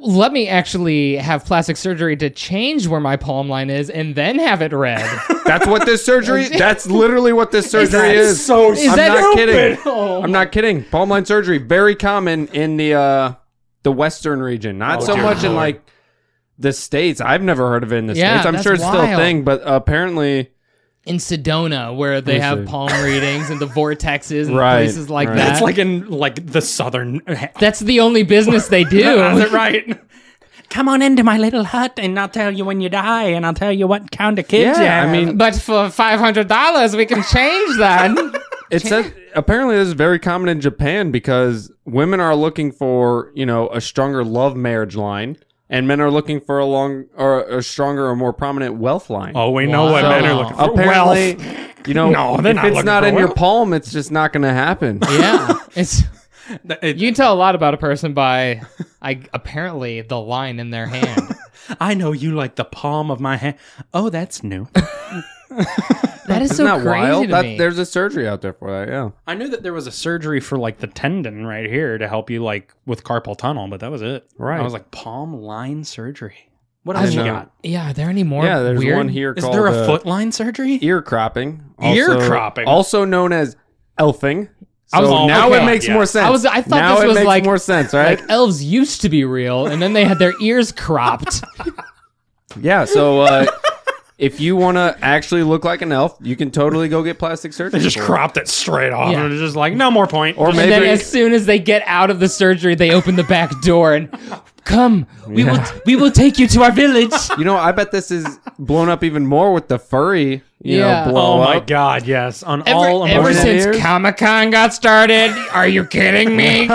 S3: Let me actually have plastic surgery to change where my palm line is, and then have it read.
S4: That's what this surgery. That's literally what this surgery
S2: That's
S4: is.
S2: so
S3: Is
S4: I'm
S3: that
S4: not
S3: stupid?
S4: kidding.
S3: Oh.
S4: I'm not kidding. Palm line surgery very common in the uh, the western region. Not
S2: Oh,
S4: so
S2: dear
S4: much in
S2: Lord.
S4: like the states. I've never heard of it in the
S3: Yeah,
S4: states. I'm
S3: that's
S4: sure it's still a
S3: wild.
S4: thing, but apparently,
S3: in Sedona, where they
S4: Let me
S3: have
S4: see.
S3: palm readings and the vortexes and
S4: Right,
S3: places like
S4: right.
S3: that.
S2: It's like in like the southern.
S3: That's the only business they
S2: Is
S3: do.
S2: it right? Come on into my little hut, and I'll tell you when you die, and I'll tell you what kind of kids
S4: yeah.
S2: you have.
S4: I mean,
S3: but for five hundred dollars, we can change that.
S4: It says apparently this is very common in Japan because women are looking for you know a stronger love marriage line, and men are looking for a long or a stronger or more prominent wealth line.
S2: Oh, we know what
S3: Wow.
S2: men are looking for.
S4: apparently,
S2: Wealth.
S4: you know,
S2: No, they're
S4: if
S2: not
S4: it's
S2: looking
S4: not
S2: for
S4: in your
S2: wealth.
S4: palm, it's just not going to happen.
S3: yeah, it's
S2: Th- it-
S3: you can tell a lot about a person by, I apparently the line in their hand.
S2: I know you like the palm of my hand. Oh, that's new.
S3: That is
S4: Isn't
S3: so
S4: that
S3: crazy
S4: wild?
S3: to
S4: That,
S3: me.
S4: there's a surgery out there for that. Yeah,
S2: I knew that there was a surgery for like the tendon right here to help you like with carpal tunnel, but that was it.
S4: Right.
S2: I was like palm line surgery. What
S3: I
S2: else you
S4: know.
S2: got?
S3: yeah, are there any more?
S4: yeah. There's
S3: weird?
S4: one here
S2: Is
S4: called
S2: there a
S4: uh,
S2: foot line surgery?
S4: ear cropping.
S2: Ear
S4: also-
S2: cropping.
S4: also known as elfing. So
S3: I was-
S4: now
S3: okay.
S4: it makes
S2: Yeah.
S4: more sense.
S3: I was- I thought
S4: now
S3: this
S4: it
S3: was
S4: makes
S3: like-
S4: more sense, right?
S3: Like elves used to be real, and then they had their ears cropped.
S4: Yeah, so uh, if you want to actually look like an elf, you can totally go get plastic surgery.
S2: They just
S4: for it.
S2: cropped it straight off.
S3: Yeah.
S2: And it's just like, no more point.
S4: Or
S2: Just-
S3: And then
S4: Maybe-
S3: as soon as they get out of the surgery, they open the back door and come. We will we will take you to our village.
S4: You know, I bet this is blown up even more with the furry. You
S3: Yeah.
S4: know, blow
S2: oh my
S4: up.
S2: god, yes. On all
S3: Ever,
S2: of
S3: ever
S4: Marvel
S3: since
S4: ears?
S3: Comic Con got started, are you kidding me?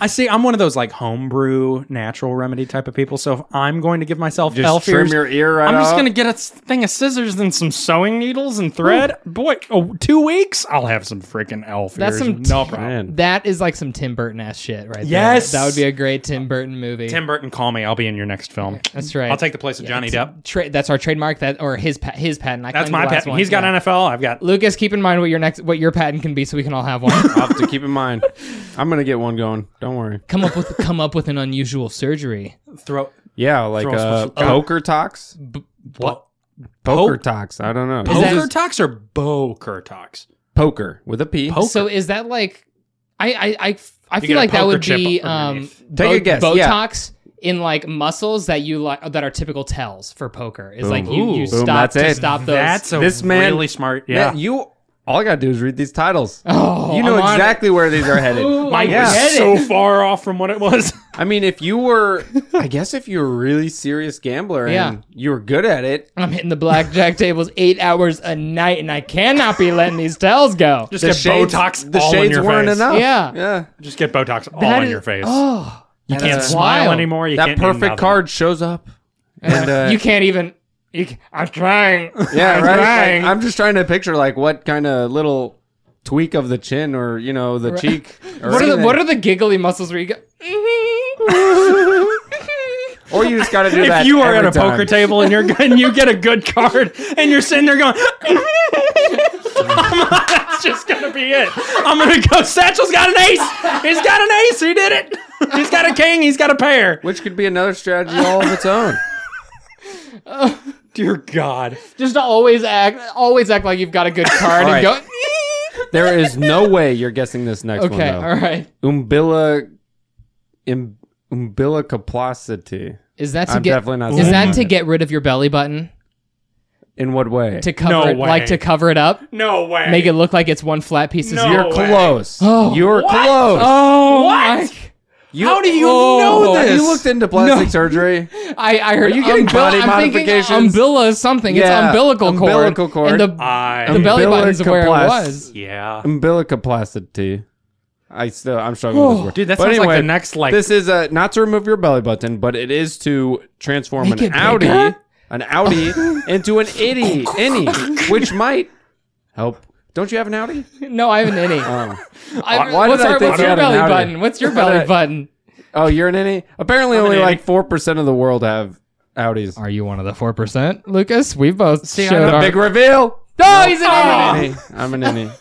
S2: I see I'm one of those like homebrew natural remedy type of people. So if I'm going to give myself
S4: Just
S2: elf
S4: trim
S2: ears,
S4: your ear right
S2: I'm just
S4: off.
S2: gonna get a s- thing of scissors and some sewing needles and thread. Boy, oh, two weeks, I'll have some freaking elf ears.
S3: That's some
S2: no
S3: t-
S2: problem.
S4: Man.
S3: that is like some Tim Burton ass shit, right? there.
S2: Yes.
S3: that would be a great Tim Burton movie.
S2: Tim Burton, call me. I'll be in your next film.
S3: that's right.
S2: I'll take the place of Johnny Depp.
S3: Tra- that's our trademark. That or his pa- his patent. I
S2: That's
S3: claimed
S2: my
S3: the last
S2: patent.
S3: One.
S2: He's got
S3: yeah.
S2: NFL. I've got.
S3: Lucas, keep in mind what your next what your patent can be, so we can all have one.
S4: I'll have to keep in mind. I'm gonna get one going. Don't worry.
S3: come up with come up with an unusual surgery.
S2: Throw.
S4: Yeah, like
S2: Throw
S4: uh,
S2: some-
S4: poker talks.
S2: What?
S4: Poker talks. I don't know.
S3: Is that-
S2: Poker talks or Bo Kurtox?
S4: poker with a P.
S2: Poker.
S3: So is that like I I I, I
S2: get a
S3: feel like that
S2: poker
S3: would
S2: chip
S3: be um
S2: underneath.
S4: Take a
S3: Bo-
S4: guess, yeah.
S3: Botox in like muscles that you like that are typical tells for poker. Is like you,
S2: Ooh.
S3: you
S2: Boom,
S3: stop
S4: that's
S3: to
S4: it.
S3: stop those.
S2: That's a
S4: This man-
S2: really smart. Yeah.
S4: Man, you all I gotta do is read these titles.
S3: oh,
S4: you know
S3: I'm on it.
S4: exactly where these are headed.
S3: Ooh, I
S2: Mine
S4: Yeah.
S2: was
S3: get it.
S2: so far off from what it was.
S4: I mean, if you were, I guess if you're a really serious gambler and
S3: Yeah.
S4: you were good at it,
S3: I'm hitting the blackjack tables eight hours a night, and I cannot be letting these tells go.
S2: Just get Botox
S4: the
S2: all
S4: shades
S2: in your
S4: weren't
S2: face.
S4: enough.
S3: Yeah.
S4: yeah.
S2: Just get Botox all
S3: That
S2: in
S3: is-
S2: your face.
S3: Oh,
S2: you
S3: that
S2: can't
S3: is
S2: smile
S3: wild.
S2: anymore. You
S4: that
S2: can't do
S4: perfect
S2: nothing.
S4: card shows up, and uh,
S3: you can't even. You, ca- I'm trying.
S4: yeah,
S3: I'm
S4: right.
S3: Trying.
S4: Like, I'm just trying to picture like what kind of little tweak of the chin or you know the cheek. Or
S3: what are the
S4: anything.
S3: What are the giggly muscles where you go?
S4: or you just got to do that.
S2: If you are at
S4: every
S2: a poker
S4: time.
S2: table and you're and you get a good card and you're sitting there going, that's just gonna be it. I'm gonna go. Satchel's got an ace. He's got an ace. He did it. He's got a king. He's got a pair.
S4: which could be another strategy all of its own.
S2: Dear God.
S3: just always act. Always act like you've got a good card and
S4: All right.
S3: go.
S4: There is no way you're guessing this next
S3: Okay,
S2: Oh,
S4: one.
S3: all right.
S4: though. Umbilla, um, umbilicoplasty.
S3: Is that to
S4: I'm
S3: get?
S4: definitely not.
S3: Is
S4: saying
S3: that to get rid of your belly button
S4: In what way?
S3: to cover
S2: No
S3: it,
S2: way.
S3: like to cover it up,
S2: No way.
S3: make it look like it's one flat piece? of
S2: No
S4: You're
S2: way.
S4: close.
S3: Oh.
S4: You're close.
S3: Oh,
S2: What?
S4: You-
S2: How do you
S4: Oh,
S2: know
S4: Have
S2: this?
S4: you looked into plastic surgery?
S3: I, I heard
S4: Are you getting body
S3: I'm thinking
S4: modifications?
S3: Umbilla is something. it's
S4: Yeah,
S3: umbilical,
S4: umbilical cord.
S3: cord. And the,
S2: I.
S3: the belly button's
S4: umbilical
S3: where it
S4: plas-
S3: was.
S2: yeah.
S4: Umbilicoplasty. I still I'm struggling
S3: Oh.
S4: with this word.
S2: Dude, that
S4: But
S2: sounds
S4: anyway,
S2: like the next like.
S4: This is uh not to remove your belly button, but it is to transform
S3: Make it
S4: an Audi,
S3: bigger?
S4: an Audi into an itty, any, which might help. Don't you have an Audi?
S3: No, I haven't any.
S4: Oh,
S3: I,
S4: Why
S3: what's
S4: did I
S3: our-
S4: think
S3: what's
S4: you
S3: your
S4: had an
S3: belly
S4: outie?
S3: button? What's your
S4: Why did I-
S3: belly button?
S4: oh, you're an any. Apparently,
S2: an
S4: only
S2: innie.
S4: like four percent of the world have Audis.
S3: Are you one of the four percent, Lucas? We've both
S2: See, I'm
S3: showed
S2: the
S3: our.
S4: Big reveal.
S3: no, he's an
S4: I'm
S3: outie.
S4: an E innie. I'm an innie.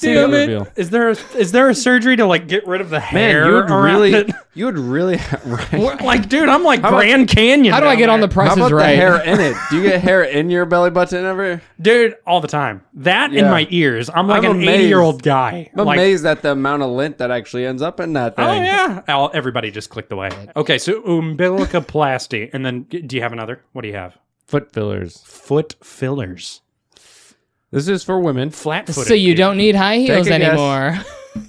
S2: Damn
S4: Big
S2: it.
S4: reveal.
S2: Is there a, is there a surgery to like get rid of the hair
S4: Man, you would
S2: around
S4: really,
S2: it?
S4: you would really. Right.
S2: Like, dude, I'm like
S4: about-
S2: Grand Canyon.
S3: How do I
S2: down
S3: get on
S2: there.
S3: the Price
S4: How about
S3: is Right?
S4: the hair in it? Do you get hair in your belly button ever?
S2: dude all the time that in
S4: Yeah.
S2: my ears i'm like
S4: I'm
S2: an
S4: amazed.
S2: 80 year old guy
S4: I'm
S2: Like,
S4: amazed at the amount of lint that actually ends up in that thing.
S2: oh yeah I'll, everybody just clicked away okay so umbilicoplasty and then g- do you have another what do you have
S4: Foot fillers.
S2: foot fillers
S4: This is for women.
S2: flat footed
S3: So you don't need high heels
S4: Take a guess.
S3: anymore.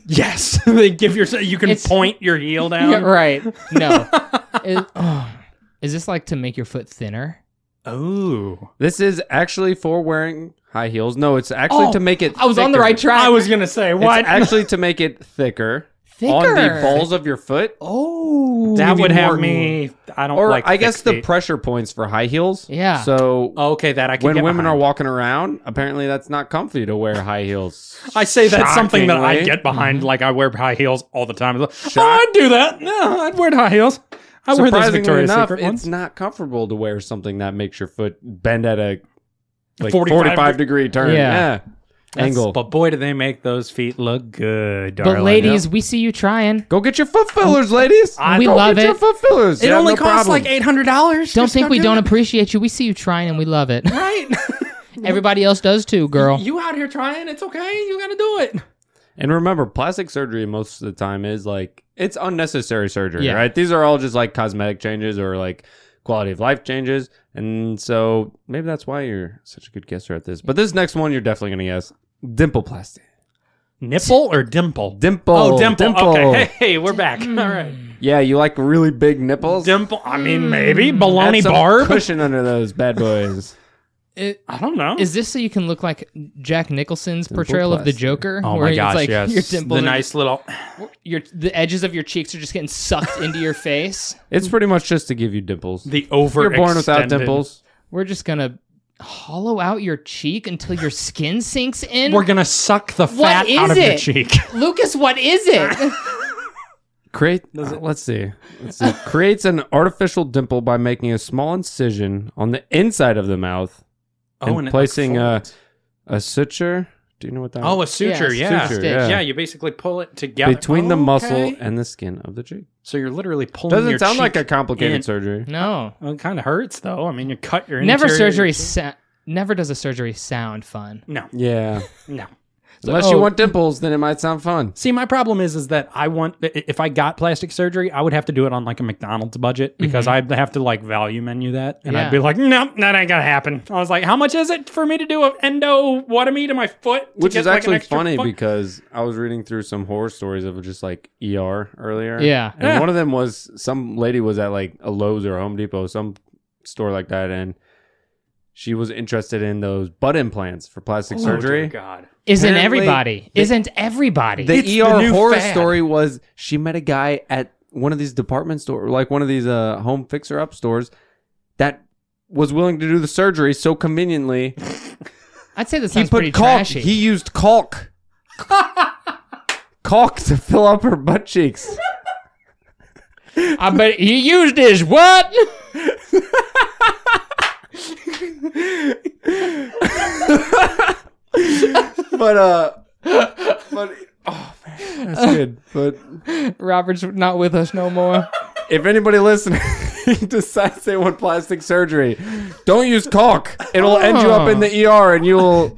S2: yes they give your you can
S3: It's-
S2: point your heel down
S3: Yeah, right? No. Is- oh. Is this like to make your foot thinner?
S2: oh
S4: This is actually for wearing high heels. No, it's actually
S3: Oh,
S4: to make it.
S3: I was on the
S4: thicker.
S3: right track.
S2: i was gonna say
S4: It's
S2: what
S4: actually to make it thicker, on the
S3: Thicker.
S4: balls of your foot.
S3: Oh,
S2: that
S4: be
S2: would have
S4: more-
S2: me i don't
S4: Or
S2: like
S4: I guess
S2: thick
S4: the
S2: feet.
S4: pressure points for high heels.
S3: Yeah.
S4: So
S2: okay that i can
S4: when
S2: get
S4: women are
S2: behind.
S4: walking around, apparently that's not comfy to wear high heels.
S2: I say that's something that I
S4: Shockingly.
S2: get behind. Like I wear high heels all the time. It's like, oh, I'd do that. No, I'd wear high heels. I wear those
S4: Surprisingly
S2: Victoria's
S4: enough,
S2: Secret
S4: it's
S2: ones.
S4: not comfortable to wear something that makes your foot bend at a like
S2: 45
S4: 45, degree turn.
S3: Yeah.
S4: Yeah. Angle.
S2: But boy, do they make those feet look good, darling.
S3: But ladies, we see you trying.
S4: Go get your foot fillers, ladies.
S2: I-
S3: we
S4: Go
S3: love
S4: get your
S3: it.
S4: foot fillers.
S2: it
S4: You have
S2: only
S4: no
S2: costs
S4: problem.
S2: like eight hundred dollars.
S3: Don't think we don't appreciate you. We see you trying and we love it.
S2: right.
S3: Everybody else does too, girl.
S2: you out here trying? It's okay. You gotta do it.
S4: And remember, plastic surgery most of the time is like it's unnecessary surgery,
S3: Yeah.
S4: right? These are all just like cosmetic changes or like quality of life changes. And so maybe that's why you're such a good guesser at this. But this next one you're definitely gonna guess. Dimpleplasty.
S2: Nipple or dimple?
S4: Dimple.
S2: Oh, dimple. Okay. Hey, hey, we're back.
S3: Mm.
S2: All right.
S4: Yeah, you like really big nipples?
S2: Dimple. I
S3: Mm.
S2: mean, maybe
S4: Add
S2: baloney
S4: some
S2: barb.
S4: Cushion under those bad boys.
S2: I don't know.
S3: Is this so you can look like Jack Nicholson's portrayal of the
S4: plastic.
S3: Joker?
S2: Oh
S3: where
S2: my
S3: it's
S2: gosh!
S3: like
S2: yes,
S3: Your dimple
S2: the
S3: and
S2: nice little.
S3: your the edges of your cheeks are just getting sucked into your face.
S4: it's pretty much just to give you dimples.
S2: The over.
S4: you're born without dimples.
S3: We're just gonna hollow out your cheek until your skin sinks in.
S2: We're gonna suck the
S3: What
S2: fat out
S3: is
S2: of your
S3: it?
S2: cheek.
S3: Lucas, what is it?
S4: Create. uh, let's see. Let's see. Creates an artificial dimple by making a small incision on the inside of the mouth and,
S2: Oh, it
S4: placing a
S2: folds.
S4: a suture. Do you know what that?
S2: oh a suture,
S3: Yeah,
S2: yeah.
S4: suture,
S2: yeah,
S4: yeah.
S2: You basically pull it together
S4: between the
S2: Okay.
S4: muscle and the skin of the cheek.
S2: So you're literally pulling.
S4: Doesn't
S2: your
S4: sound like a
S2: cheek
S4: complicated
S2: in.
S4: surgery.
S3: no,
S2: Well, it kind of hurts though. I mean, you cut your
S3: never
S2: interior-
S3: surgery. Sa- never does a surgery sound fun.
S2: No,
S4: Yeah.
S2: no.
S4: Unless you
S3: oh.
S4: want dimples, then it might sound fun.
S2: See, my problem is is that I want i- if I got plastic surgery, I would have to do it on like a McDonald's budget because I'd have to like value menu that, and
S3: Yeah.
S2: I'd be like, nope, that ain't gonna happen. I was like, how much is it for me to do an endotomy to my foot? to
S4: Which
S2: get,
S4: is
S2: like, an
S4: actually
S2: extra
S4: funny
S2: foot?
S4: because I was reading through some horror stories of just like ER earlier.
S3: Yeah.
S4: And one of them was some lady was at like a Lowe's or a Home Depot, some store like that, and she was interested in those butt implants for plastic
S2: Oh, dear
S4: surgery.
S2: God,
S3: Isn't
S4: Apparently,
S3: everybody? isn't everybody?
S4: The
S2: It's the
S4: ER
S2: new
S4: horror
S2: fad.
S4: story was she met a guy at one of these department store, like one of these uh, home fixer up stores, that was willing to do the surgery so conveniently.
S3: I'd say this
S4: he
S3: sounds pretty
S4: put caulk.
S3: trashy.
S4: He used caulk. caulk to fill up her butt cheeks.
S3: I bet he used his what?
S4: But uh, but oh man, that's good. But
S3: Robert's not with us no more.
S4: if anybody listening decides they want plastic surgery, don't use caulk. It'll end you up in the ER, and you'll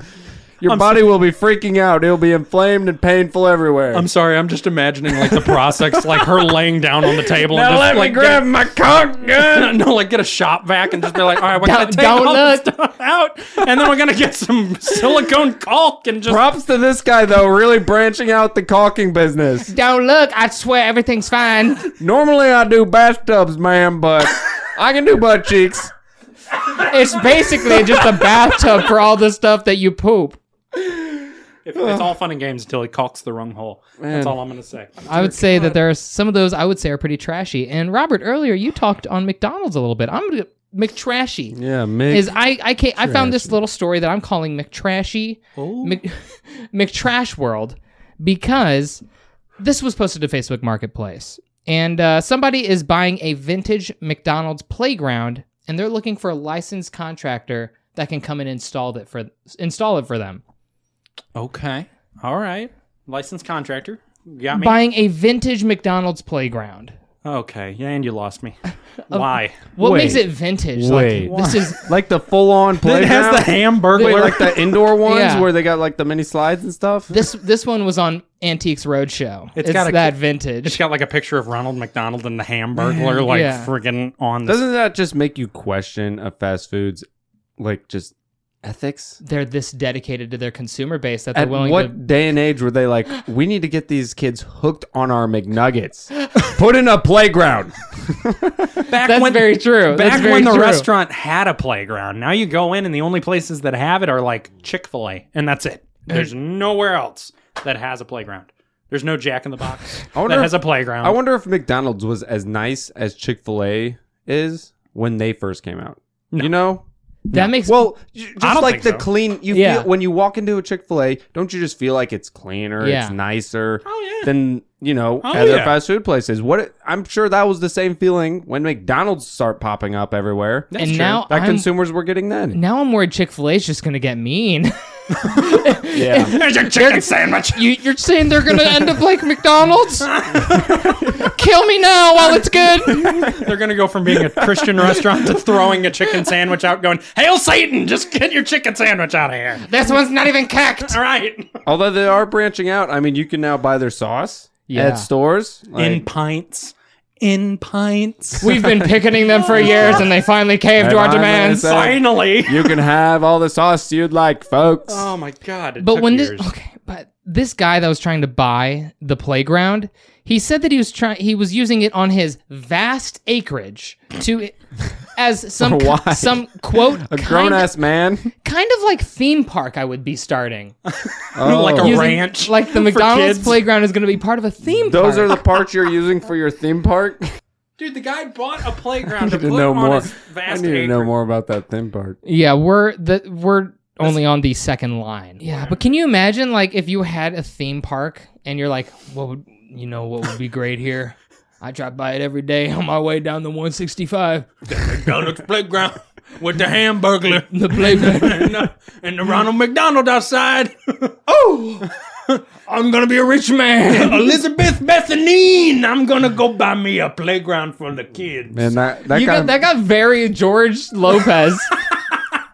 S4: your body will be freaking out. It'll be inflamed and painful everywhere.
S2: I'm sorry, I'm just imagining like the process, like her laying down on the table.
S4: now
S2: and just,
S4: let
S2: like,
S4: me grab my caulk gun.
S2: Get, no, like get a shop vac and just be like, all right, we're gonna
S3: Don't-
S2: take
S3: don't
S2: all this
S3: look.
S2: stuff out, and then we're gonna get some silicone caulk and just
S4: Props to this guy though, really branching out the caulking business.
S3: Don't look. I swear everything's fine.
S4: Normally I do bathtubs, man, but I can do butt cheeks.
S3: It's basically just a bathtub for all the stuff that you poop.
S2: If- it's all fun and games until he caulks the wrong hole. That's all I'm gonna say.
S3: I would say that there are some of those I would say are pretty trashy. And Robert, earlier you talked on McDonald's a little bit. I'm gonna McTrashy.
S4: Yeah, Mick.
S3: Is I I, can I found this little story that I'm calling McTrashy,
S4: Oh.
S3: Mc, McTrash World, because this was posted to Facebook Marketplace, and uh, somebody is buying a vintage McDonald's playground, and they're looking for a licensed contractor that can come and install it for install it for them.
S2: Okay. All right. Licensed contractor. You got me.
S3: Buying a vintage McDonald's playground.
S2: okay. Yeah, and you lost me. Why?
S3: Uh, What
S4: Wait.
S3: makes it vintage?
S4: Wait.
S3: Like this is
S4: like the full on
S2: It has
S4: playground.
S2: the hamburger.
S4: Wait, like the indoor ones
S3: Yeah.
S4: where they got like the mini slides and stuff.
S3: this this one was on Antiques Roadshow. It's,
S2: It's got a-
S3: that
S2: it's
S3: vintage.
S2: got like a picture of Ronald McDonald and the hamburger, like
S3: Yeah.
S2: friggin' on the.
S4: Doesn't that just make you question a fast food's like just ethics?
S3: They're this dedicated to their consumer base that they're
S4: At
S3: willing
S4: what
S3: to
S4: day and age were they like, we need to get these kids hooked on our McNuggets? Put in a playground.
S2: Back
S3: That's very true. That's
S2: Back
S3: very
S2: when the
S3: true.
S2: restaurant had a playground. Now you go in and the only places that have it are like Chick Fil A, and that's it. There's nowhere else that has a playground. There's no Jack in the Box
S4: I wonder
S2: that
S4: if-
S2: has a playground.
S4: I wonder if McDonald's was as nice as Chick fil A is when they first came out. You know?
S3: That makes
S4: Well, j- just
S2: I don't
S4: like
S2: think
S4: the
S2: so.
S4: clean, you
S3: Yeah.
S4: feel when you walk into a Chick fil A, don't you just feel like it's cleaner,
S3: Yeah.
S4: it's nicer
S2: Oh, yeah.
S4: than, you know,
S2: Oh,
S4: other
S2: yeah.
S4: fast food places? What it- I'm sure that was the same feeling when McDonald's start popping up everywhere.
S3: And true. now
S4: that
S3: I'm-
S4: consumers were getting then.
S3: now I'm worried Chick Fil A is just gonna get mean.
S4: Yeah.
S2: There's your chicken sandwich.
S3: you, you're saying they're gonna end up like McDonald's? Kill me now while it's good.
S2: They're gonna go from being a Christian restaurant to throwing a chicken sandwich out, going "Hail Satan! Just get your chicken sandwich out of here."
S3: This one's not even cacked.
S2: All right.
S4: Although they are branching out. I mean, you can now buy their sauce
S3: Yeah.
S4: at stores. Like,
S2: In pints. In pints.
S3: We've been picketing them for years, and they finally caved to our
S4: Finally,
S3: demands.
S4: so-
S2: Finally.
S4: you can have all the sauce you'd like, folks.
S2: Oh my god. It
S3: But
S2: took
S3: when
S2: years.
S3: this okay, but this guy that was trying to buy the playground, he said that he was trying he was using it on his vast acreage to as some
S4: Why?
S3: some quote
S4: a
S3: kind-
S4: grown ass man.
S3: kind of like theme park I would be starting.
S2: like
S4: Oh.
S2: a
S3: Using-
S2: ranch.
S3: Like the
S2: for
S3: McDonald's
S2: kids.
S3: playground is going to be part of a theme
S4: Those are
S3: park.
S4: the parts you're using for your theme park.
S2: Dude, the guy bought a playground to
S4: I need to
S2: put
S4: know
S2: on
S4: more.
S2: his
S4: I
S2: vast
S4: need to know
S2: acre.
S4: more about that theme park.
S3: yeah, we're the we're only on the second line. Yeah, but can you imagine like if you had a theme park and you're like, what would you know what would be great here? I drive by it every day on my way down the 165.
S2: McDonald's playground with the hamburger
S3: The playground.
S2: and, the, and the Ronald McDonald outside. oh.
S3: I'm gonna be a rich man.
S2: Elizabeth Bethanine, I'm gonna go buy me a
S4: Mm.
S2: playground for the kids.
S4: Man, that that
S3: You
S4: got,
S3: got, that got very George Lopez.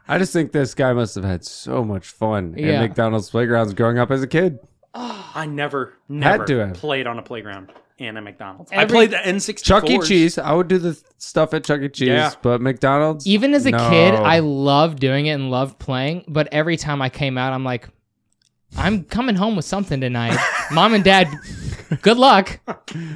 S4: I just think this guy must have had so much fun
S3: Yeah.
S4: at McDonald's playgrounds growing up as a kid.
S2: I never, never
S4: to have.
S2: played on a playground and a McDonald's. I
S3: Every-
S2: played the N64.
S4: Chuck E. Cheese. I would do the stuff at Chuck E. Cheese,
S2: Yeah.
S4: but McDonald's.
S3: Even as a
S4: No.
S3: kid, I loved doing it and loved playing, but every time I came out, I'm like, I'm coming home with something tonight. Mom and dad, good luck.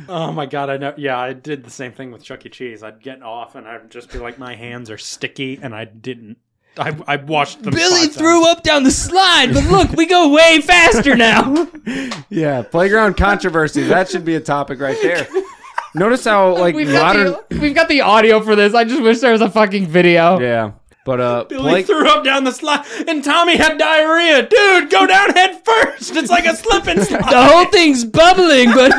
S2: Oh my god, I know. Yeah, I did the same thing with Chuck E. Cheese. I'd get off and I'd just be like, my hands are sticky, and I didn't. I, I washed them.
S3: Billy threw up down the slide, but look, we go way faster now.
S4: Yeah, playground controversy. That should be a topic right there. Notice how like
S3: We've got,
S4: modern.
S3: the, we've got the audio for this. I just wish there was a fucking video.
S4: Yeah, but uh,
S2: Billy
S4: play-
S2: threw up down the slide, and Tommy had diarrhea. Dude, go down head first. It's like a slip and slide.
S3: The whole thing's bubbling, but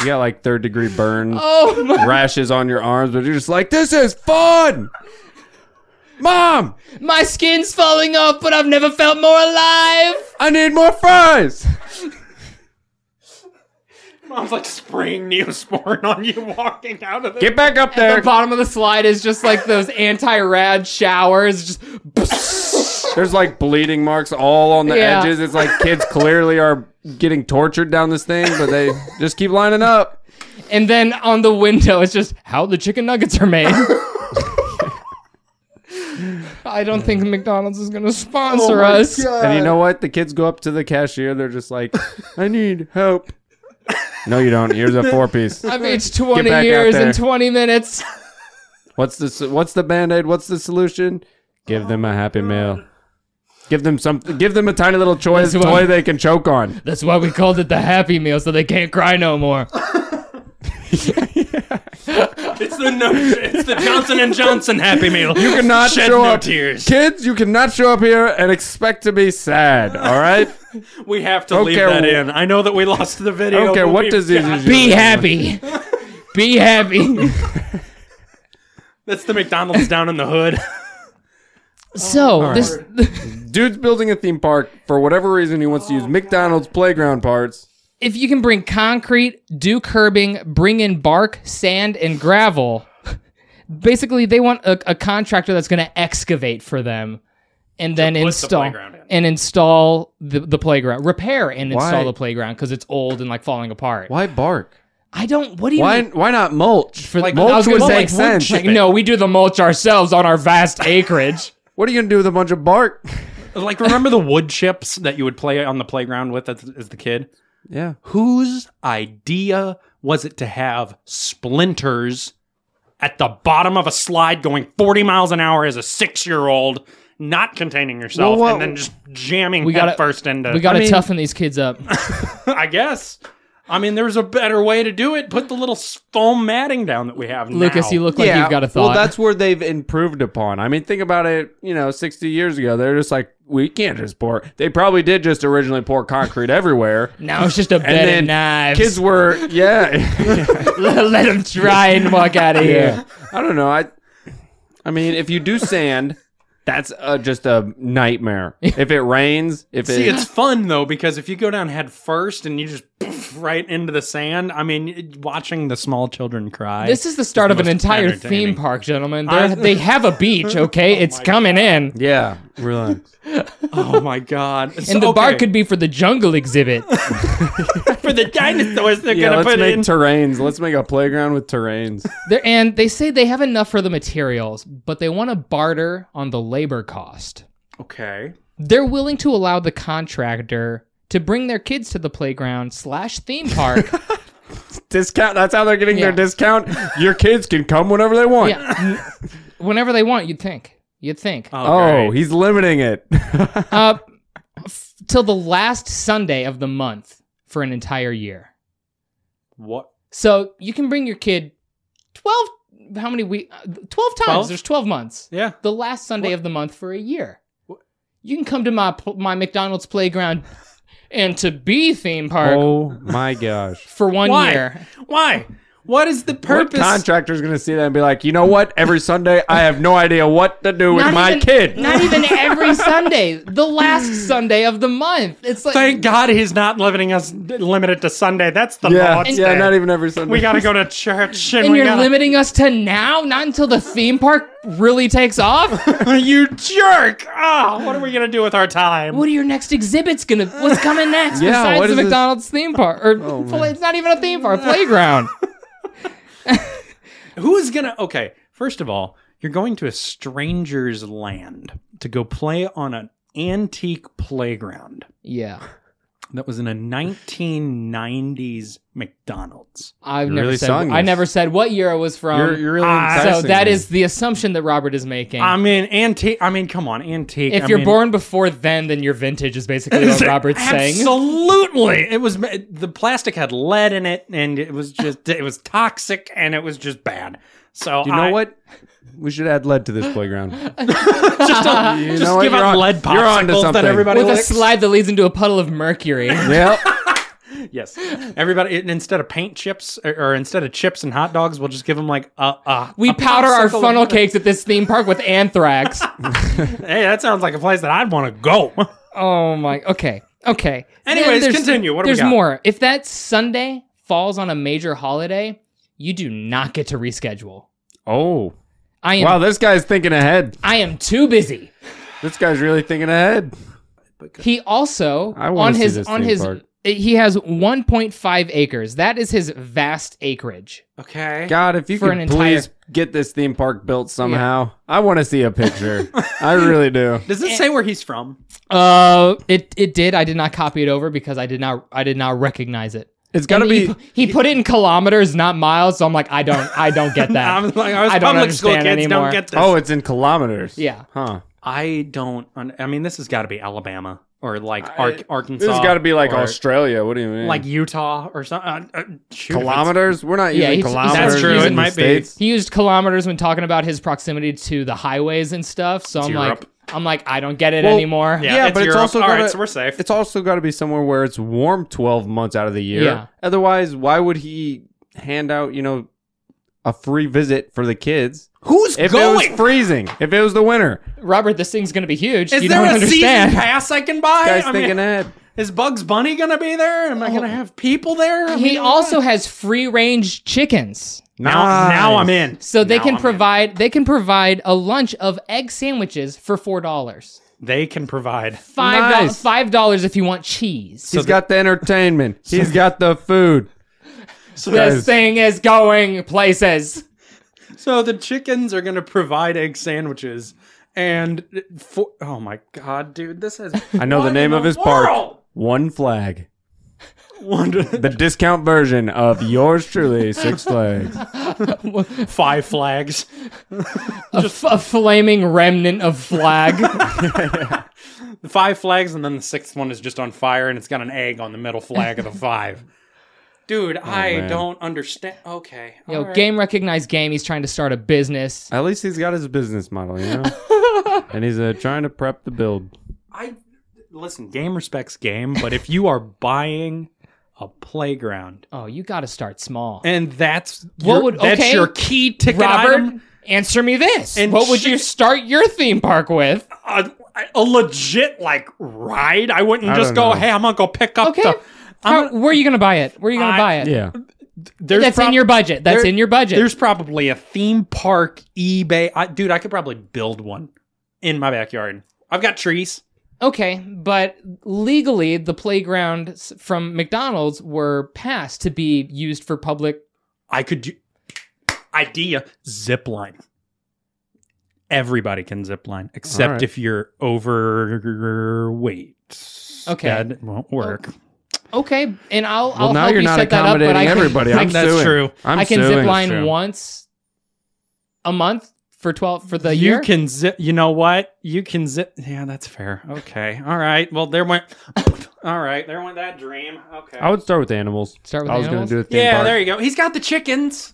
S4: you got like third degree burn,
S3: oh my,
S4: rashes on your arms, but you're just like, this is fun. Mom,
S3: my skin's falling off, but I've never felt more alive.
S4: I need more fries.
S2: Mom's like spraying Neosporin on you walking out of the.
S4: Get back up
S3: The
S4: there.
S3: bottom of the slide is just like those anti-rad showers, just
S4: There's like bleeding marks all on the
S3: Yeah.
S4: edges. It's like kids clearly are getting tortured down this thing, but they just keep lining up.
S3: And then on the window, it's just how the chicken nuggets are made. I don't think McDonald's is going to
S4: Oh
S3: sponsor us.
S4: And you know what? The kids go up to the cashier. They're just like, I need help. No, you don't. Here's a four piece.
S3: I've aged 20
S4: back out
S3: years in
S4: there.
S3: 20 minutes.
S4: What's the so- what's the band aid? What's the solution? Give them a happy meal. Give them some. Give them a tiny little toy,
S3: This one.
S4: toy they can choke on.
S3: That's why we called it the Happy Meal, so they can't cry no more.
S2: It's the no, it's the Johnson and Johnson Happy Meal. You
S4: Cannot
S2: Shed
S4: show
S2: no
S4: up,
S2: tears.
S4: kids. You cannot show up here and expect to be sad. All right.
S2: We have to
S4: Don't
S2: leave
S4: care
S2: that
S4: wh-
S2: in. I know that we lost the video.
S4: I don't care
S2: but
S4: what
S2: we've
S4: diseases
S2: got-
S4: you
S3: Be happy. Be happy.
S2: That's the McDonald's down in the hood.
S3: so, this
S4: Dude's building a theme park for whatever reason. He wants to
S3: Oh,
S4: use McDonald's playground parts.
S3: if you can bring concrete, do curbing, bring in bark, sand, and gravel, basically they want a, a contractor that's going to excavate for them and then
S2: put the
S3: install
S2: playground in.
S3: and install the, the playground, repair and
S4: Why?
S3: install the playground because it's old and like falling apart.
S4: Why bark?
S3: I don't. What do you
S4: Why?
S3: mean?
S4: Why not mulch?
S3: For the- I was
S4: mulch
S3: gonna
S4: would
S3: say,
S4: make
S3: like, wood
S4: sense.
S3: chip- no, we do the mulch ourselves on our vast acreage.
S4: What are you gonna do with a bunch of bark?
S2: like, remember the wood chips that you would play on the playground with as, as the kid?
S4: Yeah.
S2: Whose idea was it to have splinters at the bottom of a slide going 40 miles an hour as a six year old, not containing yourself,
S4: Well, what-
S2: and then just jamming we
S3: We gotta-
S2: first into.
S3: We got
S4: I
S3: to
S4: mean-
S3: toughen these kids up.
S2: I guess. I mean, there's a better way to do it. Put the little s- foam matting down that we have now.
S3: Lucas, you look like you've got a thought.
S4: Well, that's where they've improved upon. I mean, think about it. You know, 60 years ago, they're just like, we can't just pour. They probably did just originally pour concrete everywhere.
S3: now it's just a
S4: And
S3: bed of
S4: then
S3: knives.
S4: kids were, yeah,
S3: Let them try and walk out of here.
S4: yeah. I don't know. I, I mean, if you do sand, that's uh, just a nightmare. If it rains, if
S2: See,
S4: it,
S2: it's fun though because if you go down head first and you just poof, right into the sand, I mean, it- watching the small children cry.
S3: This is the start of an
S2: most
S3: entire theme
S2: entertaining.
S3: park, gentlemen.
S2: I-
S3: They're- they have a beach, okay? it's coming in.
S4: yeah, relax.
S2: oh my god!
S3: And the bar could be for the jungle exhibit.
S2: for the dinosaurs they're
S4: Yeah,
S2: gonna
S4: let's
S2: put
S4: make
S2: in.
S4: terrains. Let's make a playground with terrains.
S3: There- and they say they have enough for the materials, but they want to barter on the labor cost.
S2: okay.
S3: They're willing to allow the contractor to bring their kids to the playground slash theme park.
S4: discount. That's how they're getting
S3: Yeah.
S4: their discount. Your kids can come whenever they want.
S3: yeah. Whenever they want, you'd think. You'd think.
S4: Oh, he's limiting it.
S3: Uh, f- till the last Sunday of the month for an entire year.
S2: what?
S3: So you can bring your kid 12, how many week? uh, 12 times.
S2: Twelve?
S3: There's 12 months.
S2: Yeah.
S3: The last Sunday of the month for a year. You can come to my pl- my McDonald's playground and to be theme park
S4: Oh my gosh.
S3: for one
S2: Why?
S3: year.
S2: Why? What is the
S4: What
S2: purpose?
S4: contractor's gonna see that and be like, you know what? Every Sunday, I have no idea what to do with
S3: Not
S4: my
S3: even-
S4: kid.
S3: Not even every Sunday. The last Sunday of the month. It's like
S2: Thank God he's not limiting us limited to Sunday. That's the
S4: yeah,
S2: Lord's
S4: yeah,
S2: day.
S4: not even every Sunday.
S2: We gotta go to church, and,
S3: and
S2: we
S3: you're
S2: gotta.
S3: limiting us to now, not until the theme park really takes off.
S2: you jerk! Oh, what are we gonna do with our time?
S3: What are your next exhibits gonna? What's coming next
S4: Yeah,
S3: besides
S4: what
S3: the
S4: is this- Oh,
S3: McDonald's theme park? Or play, it's not even a theme park, a playground.
S2: Who is gonna? Okay, first of all, you're going to a stranger's land to go play on an antique playground
S3: yeah,
S2: that was in a 1990s McDonald's.
S3: I've
S4: You're
S3: never
S4: really
S3: said.
S4: selling
S3: I
S4: this.
S3: never said what year it was from.
S4: You're, you're really
S2: Ah,
S3: so
S4: enticing
S3: that
S4: me.
S3: is the assumption that Robert is making.
S2: I mean, antique. I mean, come on, antique.
S3: Mm. if
S2: I
S3: you're
S2: mean-
S3: born before then, then your vintage is basically what Robert's saying.
S2: Absolutely, it was the plastic had lead in it, and it was just it was toxic, and it was just bad. So
S4: You know
S2: I-
S4: what? We should add lead to this playground.
S2: Just, a,
S4: You
S2: just
S4: know what?
S2: give
S4: You're
S2: out
S4: on-
S2: lead
S4: you're onto
S2: popsicles that
S4: something.
S2: everybody
S3: With a
S2: likes.
S3: slide that leads into a puddle of mercury.
S4: Yep.
S2: Yes, everybody. and Instead of paint chips, or, or instead of chips and hot dogs, we'll just give them like a. a
S3: We
S2: a
S3: powder our
S2: popsicle.
S3: funnel cakes at this theme park with anthrax.
S2: Hey, that sounds like a place that I'd want to go.
S3: Oh my. Okay. Okay. Then
S2: Anyways,
S3: there's-
S2: continue. What do we
S3: there's
S2: got?
S3: more. If that Sunday falls on a major holiday, you do not get to reschedule.
S4: Oh.
S3: I am.
S4: Wow, this guy's thinking ahead.
S3: I am too busy.
S4: This guy's really thinking ahead.
S3: He also
S4: I wanna
S3: on
S4: see
S3: his
S4: this
S3: on
S4: theme
S3: his
S4: park.
S3: he has 1.5 acres. That is his vast acreage.
S2: Okay.
S4: God, if you
S3: For
S4: could
S3: an
S4: please get this theme park built somehow. I want to see a picture. I really do.
S2: Does it say where he's from?
S3: Uh, it it did. I did not copy it over because I did not I did not recognize it.
S4: It's got to
S3: And he,
S4: be.
S3: pu- he put it in kilometers, not miles. So I'm like, I don't, I don't get that.
S2: I'm like, I was
S3: I don't
S2: public school kids
S3: understand anymore.
S2: don't get this.
S4: oh, it's in kilometers.
S3: yeah.
S4: Huh.
S2: I don't. un- I mean, this has got to be Alabama or like Ar- Arkansas.
S4: This has got to be like
S2: or
S4: Australia. What do you mean?
S2: like Utah or something. Uh, uh, shoot, if it's-
S4: kilometers? We're not
S3: Yeah,
S4: using
S3: he's- he's-
S4: kilometers.
S3: That's true,
S4: in
S3: it
S4: the
S2: might be.
S4: States.
S3: He used kilometers when talking about his proximity to the highways and stuff. So I'm like,
S2: Europe.
S3: I'm like, I don't get it
S4: Well,
S3: anymore.
S2: Yeah,
S4: Yeah,
S2: it's
S4: but it's
S2: Europe.
S4: also
S2: All
S4: gotta,
S2: right, so we're safe.
S4: It's also got to be somewhere where it's warm twelve months out of the year.
S3: Yeah.
S4: Otherwise, why would he hand out you know a free visit for the kids
S2: Who's
S4: if it
S2: going?
S4: was freezing? If it was the winter,
S3: Robert, this thing's gonna be huge.
S2: Is
S3: you
S2: there
S3: don't
S2: a
S3: understand.
S2: season pass I can buy?
S4: guys
S2: I mean,
S4: thinking Oh. ahead.
S2: is Bugs Bunny gonna be there? Am I gonna have people there? I
S3: He
S2: mean,
S3: also has free range chickens.
S2: now, now I'm in.
S3: So they
S2: Now
S3: can
S2: I'm in.
S3: provide they can provide a lunch of egg sandwiches for four dollars.
S2: They can provide.
S3: Five dollars
S4: Nice.
S3: five dollars if you want cheese.
S4: He's got the entertainment. He's got the food.
S3: this thing is going places.
S2: So the chickens are gonna provide egg sandwiches, and for, oh my god, dude, this is.
S4: I know
S2: What
S4: the name
S2: in
S4: of
S2: the
S4: his
S2: world?
S4: park. One flag.
S2: Wonder-
S4: The discount version of yours truly, Six Flags.
S2: five flags.
S3: A, f- a flaming remnant of flag.
S2: The five flags, and then the sixth one is just on fire, and it's got an egg on the middle flag of the five. Dude,
S3: Oh,
S2: I
S4: man.
S2: don't understand. Okay,
S3: you know,
S2: all right.
S3: game recognized game. He's trying to start a business.
S4: At least he's got his business model, you know? and he's uh, trying to prep the build.
S2: I listen. Game respects game, but if you are buying a playground,
S3: Oh, you got to start small.
S2: and that's
S3: What
S2: your,
S3: would-
S2: that's
S3: okay,
S2: your key ticket
S3: Robert,
S2: item,
S3: answer me this.
S2: And
S3: what would
S2: chi-
S3: you start your theme park with?
S2: a, a legit like ride. I wouldn't
S4: I
S2: just
S4: don't
S2: go,
S4: know.
S2: "Hey, I'm gonna go pick up
S3: Okay.
S2: the."
S3: How,
S2: I'm gonna-
S3: where are you going to buy it? Where are you going
S2: I-
S3: to buy it?
S4: Yeah.
S2: there's
S3: That's in
S2: prob-
S3: your budget. That's
S2: there-
S3: in your budget.
S2: There's probably a theme park, eBay. I, dude, I could probably build one in my backyard. I've got trees.
S3: Okay, but legally, the playgrounds from McDonald's were passed to be used for public.
S2: I could do idea zip line. Everybody can zip line, except
S4: right.
S2: if you're overweight.
S3: Okay.
S2: that won't work.
S3: Okay, and I'll
S4: Well,
S3: I'll
S4: now
S3: help
S4: you're
S3: you
S4: not
S3: set that up. But
S4: accommodating
S3: I can,
S4: everybody. I'm
S2: That's
S4: suing.
S2: true.
S4: I'm
S3: I can
S4: suing.
S3: zip line
S2: true.
S3: once a month for twelve for the
S2: you
S3: year.
S2: can zip. You know what? You can zip. Yeah, that's fair. Okay. All right. Well, there went. All right. There went that dream. Okay.
S4: I would start with animals.
S3: Start with
S4: I was
S3: animals?
S4: gonna do a theme
S2: yeah,
S4: park.
S2: there you go. He's got the chickens.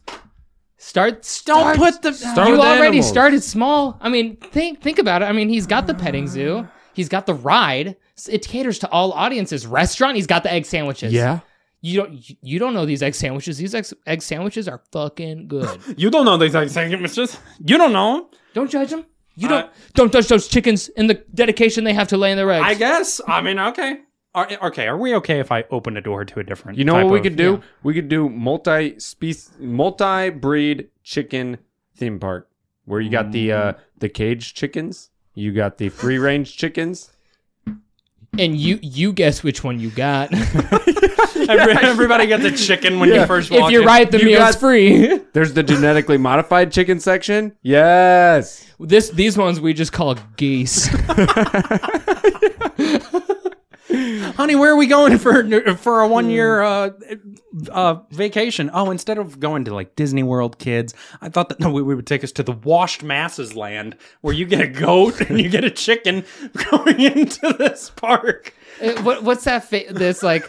S3: start.
S2: Don't
S3: Start.
S2: put the.
S4: Start
S3: you
S4: with
S3: already
S4: animals.
S3: started small. I mean, think think about it. I mean, he's got the petting zoo. He's got the ride. It caters to all audiences. Restaurant. He's got the egg sandwiches.
S4: Yeah.
S3: You don't you don't know these egg sandwiches. These egg, egg sandwiches are fucking good.
S2: You don't know these egg sandwiches. You don't know.
S3: don't judge them. You
S2: Uh,
S3: don't don't touch those chickens and the dedication they have to laying their eggs.
S2: I guess. I mean, okay. Are, okay, are we okay if I open a door to a different?
S4: You know
S2: type
S4: what we
S2: of-
S4: could do? We could do multi species, multi breed chicken theme park where you got the uh, the cage chickens, you got the free range chickens.
S3: and you you guess which one you got.
S2: Every- everybody gets a chicken when you first walk
S3: if you're
S2: in.
S3: right, the
S4: You
S3: meal's
S4: got-
S3: free.
S4: There's the genetically modified chicken section. Yes.
S3: this these ones we just call geese.
S2: honey, where are we going for for a one year uh, uh, vacation? Oh, instead of going to like Disney World, kids, I thought that no, we, we would take us to the washed masses land where you get a goat and you get a chicken going into this park.
S3: Uh, what what's that? Fa- this like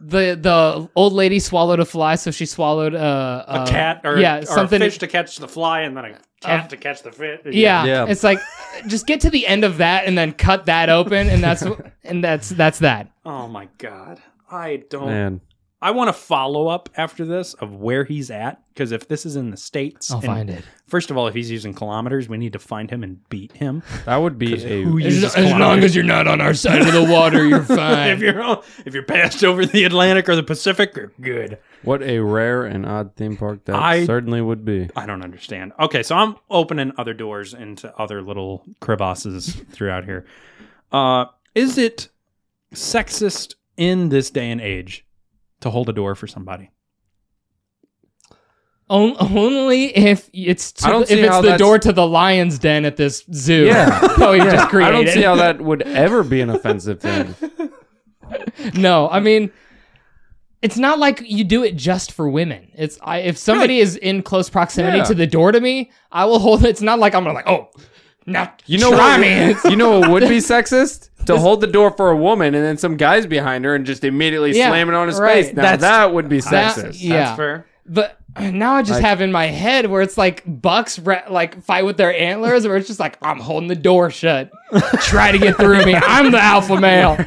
S3: the the old lady swallowed a fly, so she swallowed uh,
S2: A cat or,
S3: yeah
S2: or
S3: something
S2: a fish to catch the fly and then a cat to catch the fish.
S3: Yeah.
S4: Yeah.
S3: it's like just get to the end of that and then cut that open, and that's and that's that's that.
S2: Oh my god. I don't.
S4: Man.
S2: I want a follow up after this of where he's at because if this is in the states,
S3: I'll
S2: and-
S3: find it.
S2: First of all, if he's using kilometers, we need to find him and beat him.
S4: That would be a
S2: Who uses kilometers?
S3: as you're not on our side of the water, you're
S2: if
S3: fine.
S2: you're on- if you're passed over the Atlantic or the Pacific, you're good.
S4: what a rare and odd theme park that
S2: I-
S4: certainly would be.
S2: I don't understand. Okay, so I'm opening other doors into other little crevasses throughout here. Uh, is it sexist in this day and age to hold a door for somebody?
S3: On- only if it's to,
S4: I don't
S3: if
S4: see
S3: it's
S4: how
S3: the
S4: that's-
S3: door to the lion's den at this zoo.
S4: Yeah.
S3: that we just
S4: I
S3: created.
S4: don't see how that would ever be an offensive thing.
S3: No, I mean, it's not like you do it just for women. It's I, if somebody is in close proximity
S4: Yeah.
S3: to the door to me, I will hold it. It's not like I'm gonna like, oh, now
S4: You know
S3: try
S4: what?
S3: me. It's-
S4: You know what would be sexist? To hold the door for a woman and then some guy's behind her and just immediately
S3: Yeah,
S4: slam it on his
S3: right.
S4: face. Now
S3: That's-
S4: that would be
S3: that-
S4: sexist.
S3: yeah,
S2: fair.
S3: but now I just have in my head where it's like bucks re- like fight with their antlers, where it's just like I'm holding the door shut, try to get through me. I'm the alpha male.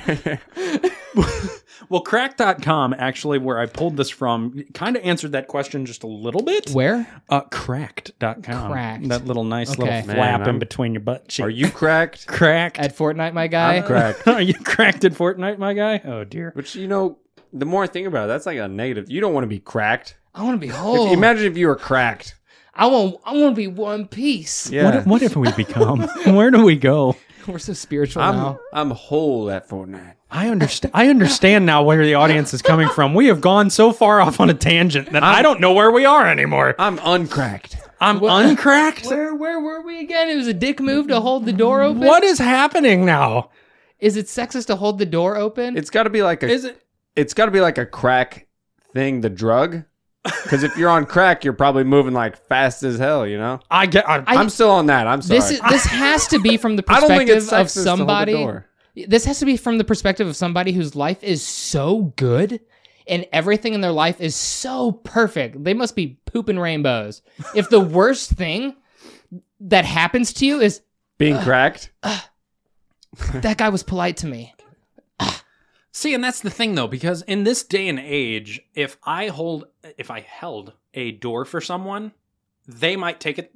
S2: Well, crack.com actually where I pulled this from kind of answered that question just a little bit.
S3: Where?
S2: Uh, cracked.com.
S3: Cracked.
S2: That little nice
S3: Okay.
S2: little
S4: Man,
S2: flap in
S4: I'm-
S2: between your butt cheek.
S4: Are you cracked?
S2: cracked?
S3: At Fortnite, my guy.
S4: cracked.
S2: Are you cracked at Fortnite, my guy? Oh dear.
S4: Which you know, the more I think about it, that's like a negative. You don't want to be cracked.
S3: I want to be
S4: If-
S3: whole.
S4: Imagine if you were cracked.
S3: I want. I want to be one piece.
S4: Yeah.
S2: What, what if we become? Where do we go?
S3: We're so spiritual
S4: I'm
S3: now.
S4: I'm whole at Fortnite.
S2: I understand. I understand now where the audience is coming from. We have gone so far off on a tangent that I'm, I do not know where we are anymore.
S4: I'm uncracked.
S2: I'm
S3: What-
S2: uncracked.
S3: Where where were we again? It was a dick move to hold the door open.
S2: What is happening now?
S3: is it sexist to hold the door open?
S4: It's got to be like a.
S2: Is it?
S4: It's got to be like a crack thing. The drug. Because if you're on crack, you're probably moving like fast as hell. You know.
S2: I get. I,
S3: I-
S4: I'm still on that. I'm sorry.
S3: this is this has to be from the
S4: I don't think
S3: perspective
S4: it's
S3: of
S4: sexist to hold the
S3: somebody.
S4: door.
S3: This has to be from the perspective of somebody whose life is so good and everything in their life is so perfect. They must be pooping rainbows. if the worst thing that happens to you is
S4: Being cracked.
S3: that guy was polite to me.
S2: See, and that's the thing though, because in this day and age, if I hold, if I held a door for someone, they might take it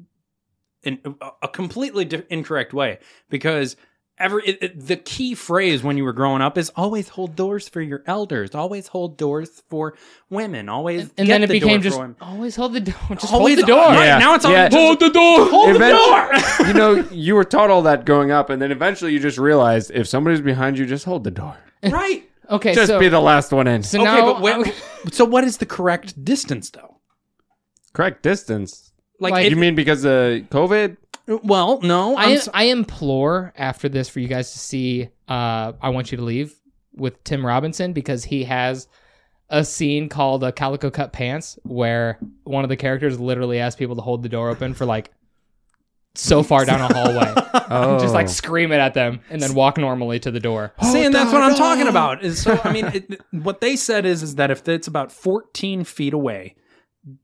S2: in a- a completely di- incorrect way because every it, it- the key phrase when you were growing up is always hold doors for your elders, always hold doors for women, always get
S3: And then it
S2: the door
S3: became
S2: for
S3: just
S2: women.
S3: always hold the door. Just
S2: Always-
S3: hold the door.
S2: Right,
S4: Yeah.
S2: now it's all
S4: Yeah.
S2: just- hold the door. Hold the door.
S4: Eventually- you know, you were taught all that growing up, and then eventually you just realized if somebody's behind you, just hold the door.
S2: right.
S3: Okay,
S4: Just
S3: so,
S4: be the last one in.
S3: so
S2: Okay,
S3: now
S2: but where, so what is the correct distance though?
S4: Correct distance.
S3: Like-
S2: if-
S4: You mean because of COVID?
S2: well, no, I'm
S3: I,
S2: so-
S3: I implore after this for you guys to see uh, I Want You to Leave with Tim Robinson because he has a scene called uh, Calico Cut Pants where one of the characters literally asks people to hold the door open for like so far down a hallway.
S4: Oh.
S3: Just like scream it at them and then walk normally to the door.
S2: See, and that's what I'm talking about. Is so I mean, it, what they said is is that if it's about 14 feet away,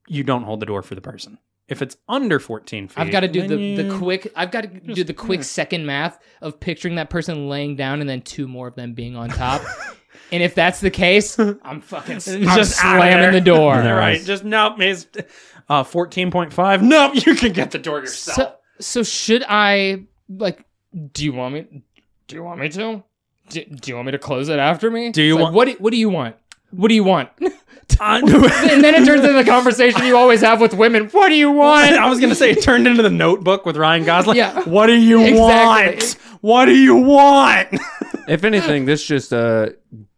S2: you don't hold the door for the person. If it's under 14 feet,
S3: I've got to do
S2: then
S3: the, the
S2: you-
S3: quick. I've got to do the quick second math of picturing that person laying down and then two more of them being on top, And if that's the case, I'm fucking s- I'm
S2: just out of there.
S3: slamming the door.
S2: All right, just nope. It's uh, fourteen point five. Nope, you can get the door yourself.
S3: So, so should I like? Do you want me? Do you want me to? Do, do you want me to close it after me?
S2: Do you
S3: It's like,
S2: want-
S3: what? Do, what do you want? What do you want?
S2: I-
S3: and then it turns into the conversation you always have with women. What do you want?
S2: I was gonna say it turned into the Notebook with Ryan Gosling.
S3: Yeah.
S2: What do you want?
S3: Exactly.
S2: What do you want?
S4: If anything, this just uh,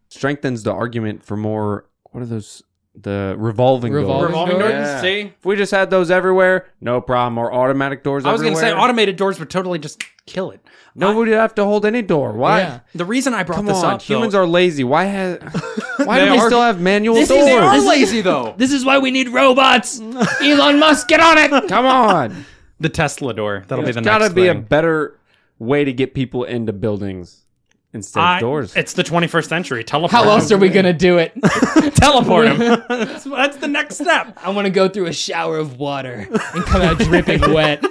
S4: strengthens the argument for more. What are those? The revolving,
S3: Revolving
S4: doors.
S2: Revolving
S3: door?
S2: doors.
S4: Yeah.
S2: See,
S4: If we just had those everywhere, no problem. Or automatic doors.
S2: I was gonna say
S4: everywhere.
S2: automated doors would totally just kill it.
S4: Nobody would have to hold any door. Why?
S3: Yeah.
S2: The reason I brought
S4: Come
S2: this
S4: on,
S2: up,
S4: humans
S2: though,
S4: are lazy. Why has? Why
S2: They
S4: do we
S2: are-
S4: still have manual
S3: This
S4: doors?
S3: is- they are
S2: are lazy though.
S3: This is why we need robots. Elon Musk, get on it.
S4: Come on,
S2: The Tesla door. That'll
S4: there's
S2: be the
S4: gotta
S2: next
S4: be a
S2: thing.
S4: better way to get people into buildings instead
S2: I-
S4: of doors.
S2: It's the 21st century. Teleport.
S3: How else are we gonna do it?
S2: teleport him? that's, that's the next step.
S3: I want to go through a shower of water and come out dripping wet.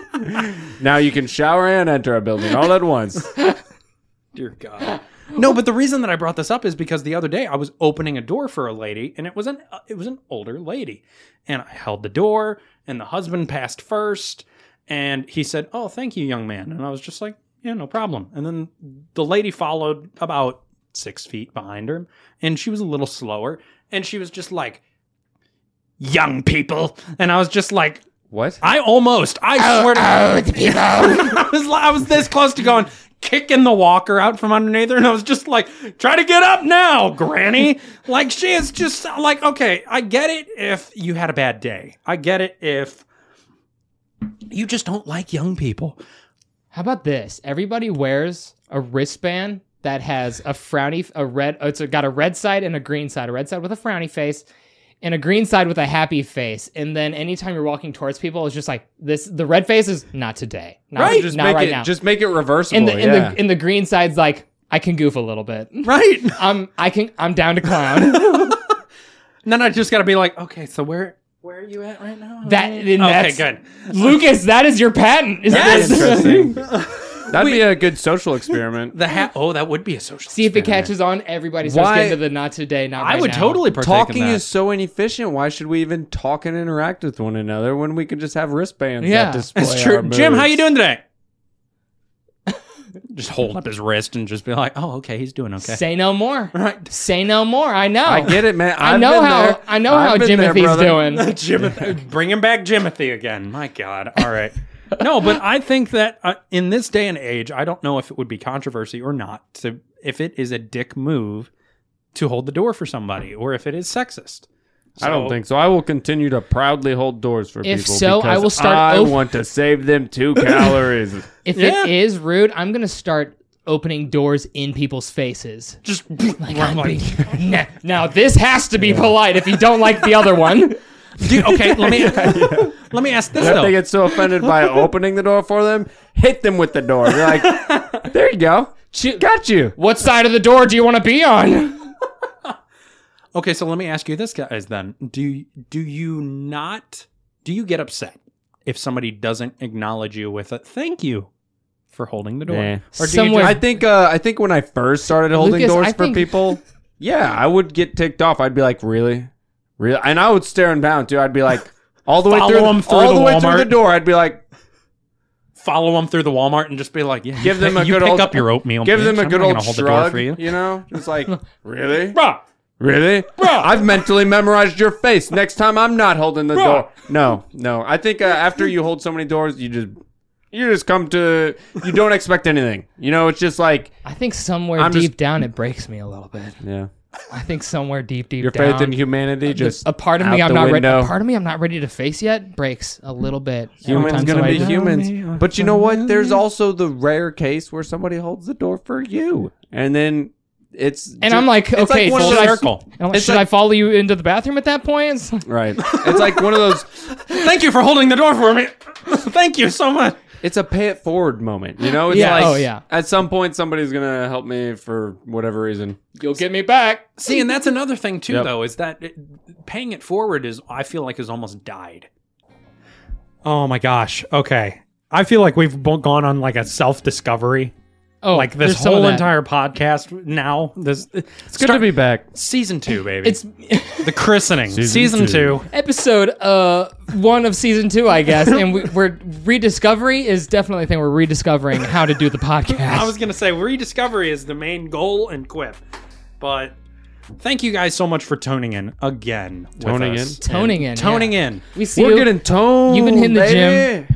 S4: Now you can shower and enter a building all at once.
S2: Dear God. No, but the reason that I brought this up is because the other day I was opening a door for a lady, and it was an uh, it was an older lady, and I held the door, and the husband passed first, and he said, "Oh, thank you, young man," and I was just like, "Yeah, no problem." And then the lady followed about six feet behind her, and she was a little slower, and she was just like, "Young people," and I was just like,
S4: What?
S2: I almost, I swear to God. I was, li- I was this close to going, kicking the walker out from underneath her. And I was just like, try to get up now, granny. like, she is just like, okay, I get it if you had a bad day. I get it if you just don't like young people.
S3: How about this? Everybody wears a wristband that has a frowny, a red. oh, It's got a red side and a green side. A red side with a frowny face, and a green side with a happy face. And then anytime you're walking towards people, it's just like this. The red face is not today, not
S2: Right.
S3: Just
S4: Just
S3: not
S4: make
S3: right
S4: it.
S3: now.
S4: Just make it reversible.
S3: and the and
S4: Oh, yeah.
S3: the and the green side's like I can goof a little bit.
S2: Right.
S3: I'm I can I'm down to clown.
S2: And then I just got to be like, okay, so where where are you at right now?
S3: that and
S2: okay,
S3: that's,
S2: good.
S3: Lucas, that is your patent. Is
S2: Yes!
S3: this-
S4: Interesting. That'd be a good social experiment.
S2: The hat. Oh, that would be a social.
S3: See if it
S2: experiment.
S3: catches on. Everybody starts
S4: Why-
S3: getting to the not today, not
S2: I
S3: right
S2: would
S3: now.
S2: totally partake
S4: Talking
S2: in that.
S4: is so inefficient. Why should we even talk and interact with one another when we could just have wristbands?
S3: Yeah.
S4: that display
S2: It's true.
S4: our
S2: Jim, how
S4: moves?
S2: you doing today? just hold up his wrist and just be like, "Oh, okay, he's doing okay."
S3: Say no more.
S2: Right.
S3: Say no more. I know.
S4: I get it, man.
S3: Oh. I
S4: I've
S3: know
S4: been
S3: how.
S4: there.
S3: I know
S4: I've
S3: how
S4: been there,
S3: Jimothy's
S4: brother.
S3: doing.
S2: Jimothy, bring him back, Jimothy again. My God. All right. No, but I think that uh, in this day and age, I don't know if it would be controversy or not. To if it is a dick move to hold the door for somebody, or if it is sexist.
S4: I don't think so. I will continue to proudly hold doors for
S3: If
S4: people.
S3: so, I
S4: because
S3: will start
S4: I
S3: op-
S4: want to save them two calories.
S3: If
S2: Yeah.
S3: it is rude, I'm gonna start opening doors in people's faces.
S2: Just I'm like,
S3: now, now this has to be polite. If you don't like the other one,
S2: dude, okay, let me let me ask this
S4: if they
S2: though.
S4: get so offended by opening the door for them, hit them with the door. You're like, there you go.
S3: Choo-
S4: Got you.
S3: what side of the door do you want to be on?
S2: Okay, so let me ask you this, guys. Then do do you not do you get upset if somebody doesn't acknowledge you with a thank you for holding the door?
S4: Nah.
S2: Or do you
S3: Somewhere-
S2: just,
S4: I think uh, I think when I first started holding
S3: Lucas,
S4: doors
S3: I
S4: for
S3: think-
S4: people, yeah, I would get ticked off. I'd be like, really, really, and I would stare him down too. I'd be like, all the way
S2: Follow
S4: through,
S2: him through
S4: all
S2: the
S4: the, way
S2: Walmart.
S4: through the door. I'd be like,
S2: follow them through the Walmart and just be like, yeah,
S4: Give
S2: you
S4: them
S2: pick-
S4: a
S2: you
S4: good
S2: pick
S4: old-
S2: up your oatmeal.
S4: give them
S2: bitch.
S4: a
S2: I'm
S4: good
S2: not
S4: old
S2: gonna hold the door
S4: shrug.
S2: for you.
S4: you know, just like, really,
S2: Bruh,
S4: really. I've mentally memorized your face. Next time, I'm not holding the door. No, no. I think uh, after you hold so many doors, you just you just come to you don't expect anything. You know, it's just like
S3: I think somewhere
S4: I'm
S3: deep
S4: just-
S3: down it breaks me a little bit.
S4: yeah.
S3: I think somewhere deep, deep
S4: Your
S3: down,
S4: faith in humanity just
S3: a part of
S4: out
S3: me I'm
S4: the
S3: not ready.
S4: window.
S3: A part of me I'm not ready to face yet breaks a little bit. every
S4: Humans
S3: time
S4: gonna be
S3: somebody-
S4: humans, but you know what? There's also the rare case where somebody holds the door for you, and then it's
S3: And I'm like,
S4: it's
S3: okay,
S4: like one of
S3: should,
S4: those-
S3: I,
S2: circle.
S3: I'm like,
S4: It's
S3: should
S4: like-
S3: I follow you into the bathroom at that point? It's like,
S4: right? It's like one of those.
S2: Thank you for holding the door for me. Thank you so much.
S4: It's a pay it forward moment, you know? It's
S3: Yeah.
S4: like,
S3: Oh, yeah.
S4: At some point, somebody's gonna help me for whatever reason.
S3: You'll get me back.
S2: See, and that's another thing too,
S4: Yep.
S2: though, is that it, paying it forward is I feel like has almost died. Oh my gosh. Okay, I feel like we've bo- gone on like a self discovery
S3: Oh,
S2: like this
S3: there's some of
S2: whole
S3: that.
S2: entire podcast now. This
S4: It's good to be back.
S2: season two, baby.
S3: It's
S2: the christening. Season,
S4: Season
S2: two.
S4: two.
S3: episode uh one of season two, I guess, and we, we're rediscovery is definitely a thing we're rediscovering how to do the podcast.
S2: I was gonna say rediscovery is the main goal and quip, but thank you guys so much for tuning in again. with
S4: Toning
S2: us.
S4: in?
S3: Toning in,
S2: And Toning
S3: yeah.
S2: in.
S3: we see
S4: We're
S3: you.
S4: getting toned.
S3: You've been hitting the
S4: baby.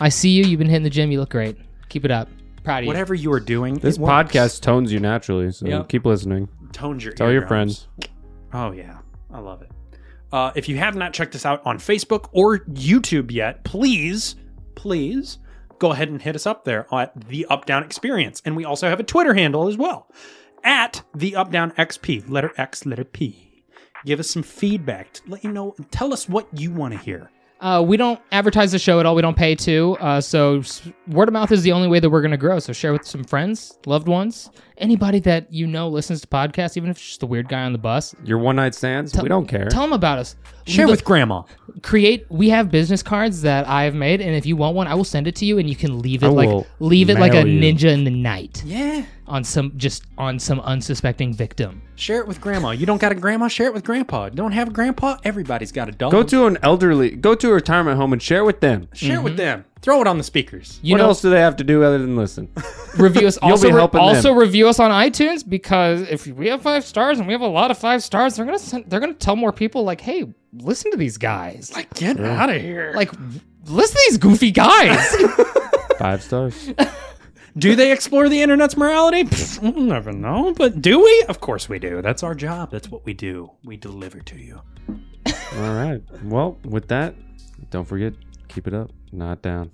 S3: I see you. You've been hitting the gym. You look great. Keep it up. Proud of you.
S2: Whatever you are doing,
S4: This
S2: it works.
S4: podcast tones you naturally, so
S2: Yep.
S4: keep listening.
S2: tones your
S4: Tell your
S2: eardrums.
S4: friends.
S2: Oh yeah, I love it. Uh, if you have not checked us out on Facebook or YouTube yet, please, please go ahead and hit us up there at the Up Down Experience, and we also have a Twitter handle as well at the Up Down XP, letter X, letter P. Give us some feedback. Let you know. Tell us what you want to hear.
S3: Uh, we don't advertise the show at all. We don't pay to. Uh, so s- word of mouth is the only way that we're going to grow. So share with some friends, loved ones, anybody that you know listens to podcasts, even if it's just the weird guy on the bus.
S4: Your one night stands, we don't care.
S3: Tell them about us.
S2: Share
S3: Look,
S2: with Grandma.
S3: create. We have business cards that I've made, and if you want one, I will send it to you, and you can leave it
S4: I
S3: like
S4: will
S3: leave it like a
S4: mail you.
S3: ninja in the night
S2: Yeah.
S3: on some just on some unsuspecting victim.
S2: Share it with Grandma. You don't got a Grandma? Share it with Grandpa. Don't have a Grandpa? Everybody's got a dog.
S4: Go to an elderly, go to a retirement home and share with them.
S2: share it with them. Throw it on the speakers.
S3: You
S4: what
S3: know,
S4: else do they have to do other than listen?
S3: review us. also,
S4: be helping them.
S3: also review us on iTunes because if we have five stars and we have a lot of five stars, they're gonna send, they're gonna tell more people like, hey, listen to these guys. Like,
S2: Get out of here.
S3: like listen to these goofy guys.
S4: Five stars.
S2: Do they explore the internet's morality? Pfft, We'll never know, but do we? Of course we do. That's our job. That's what we do. We deliver to you.
S4: All right. Well, with that, don't forget, keep it up, not down.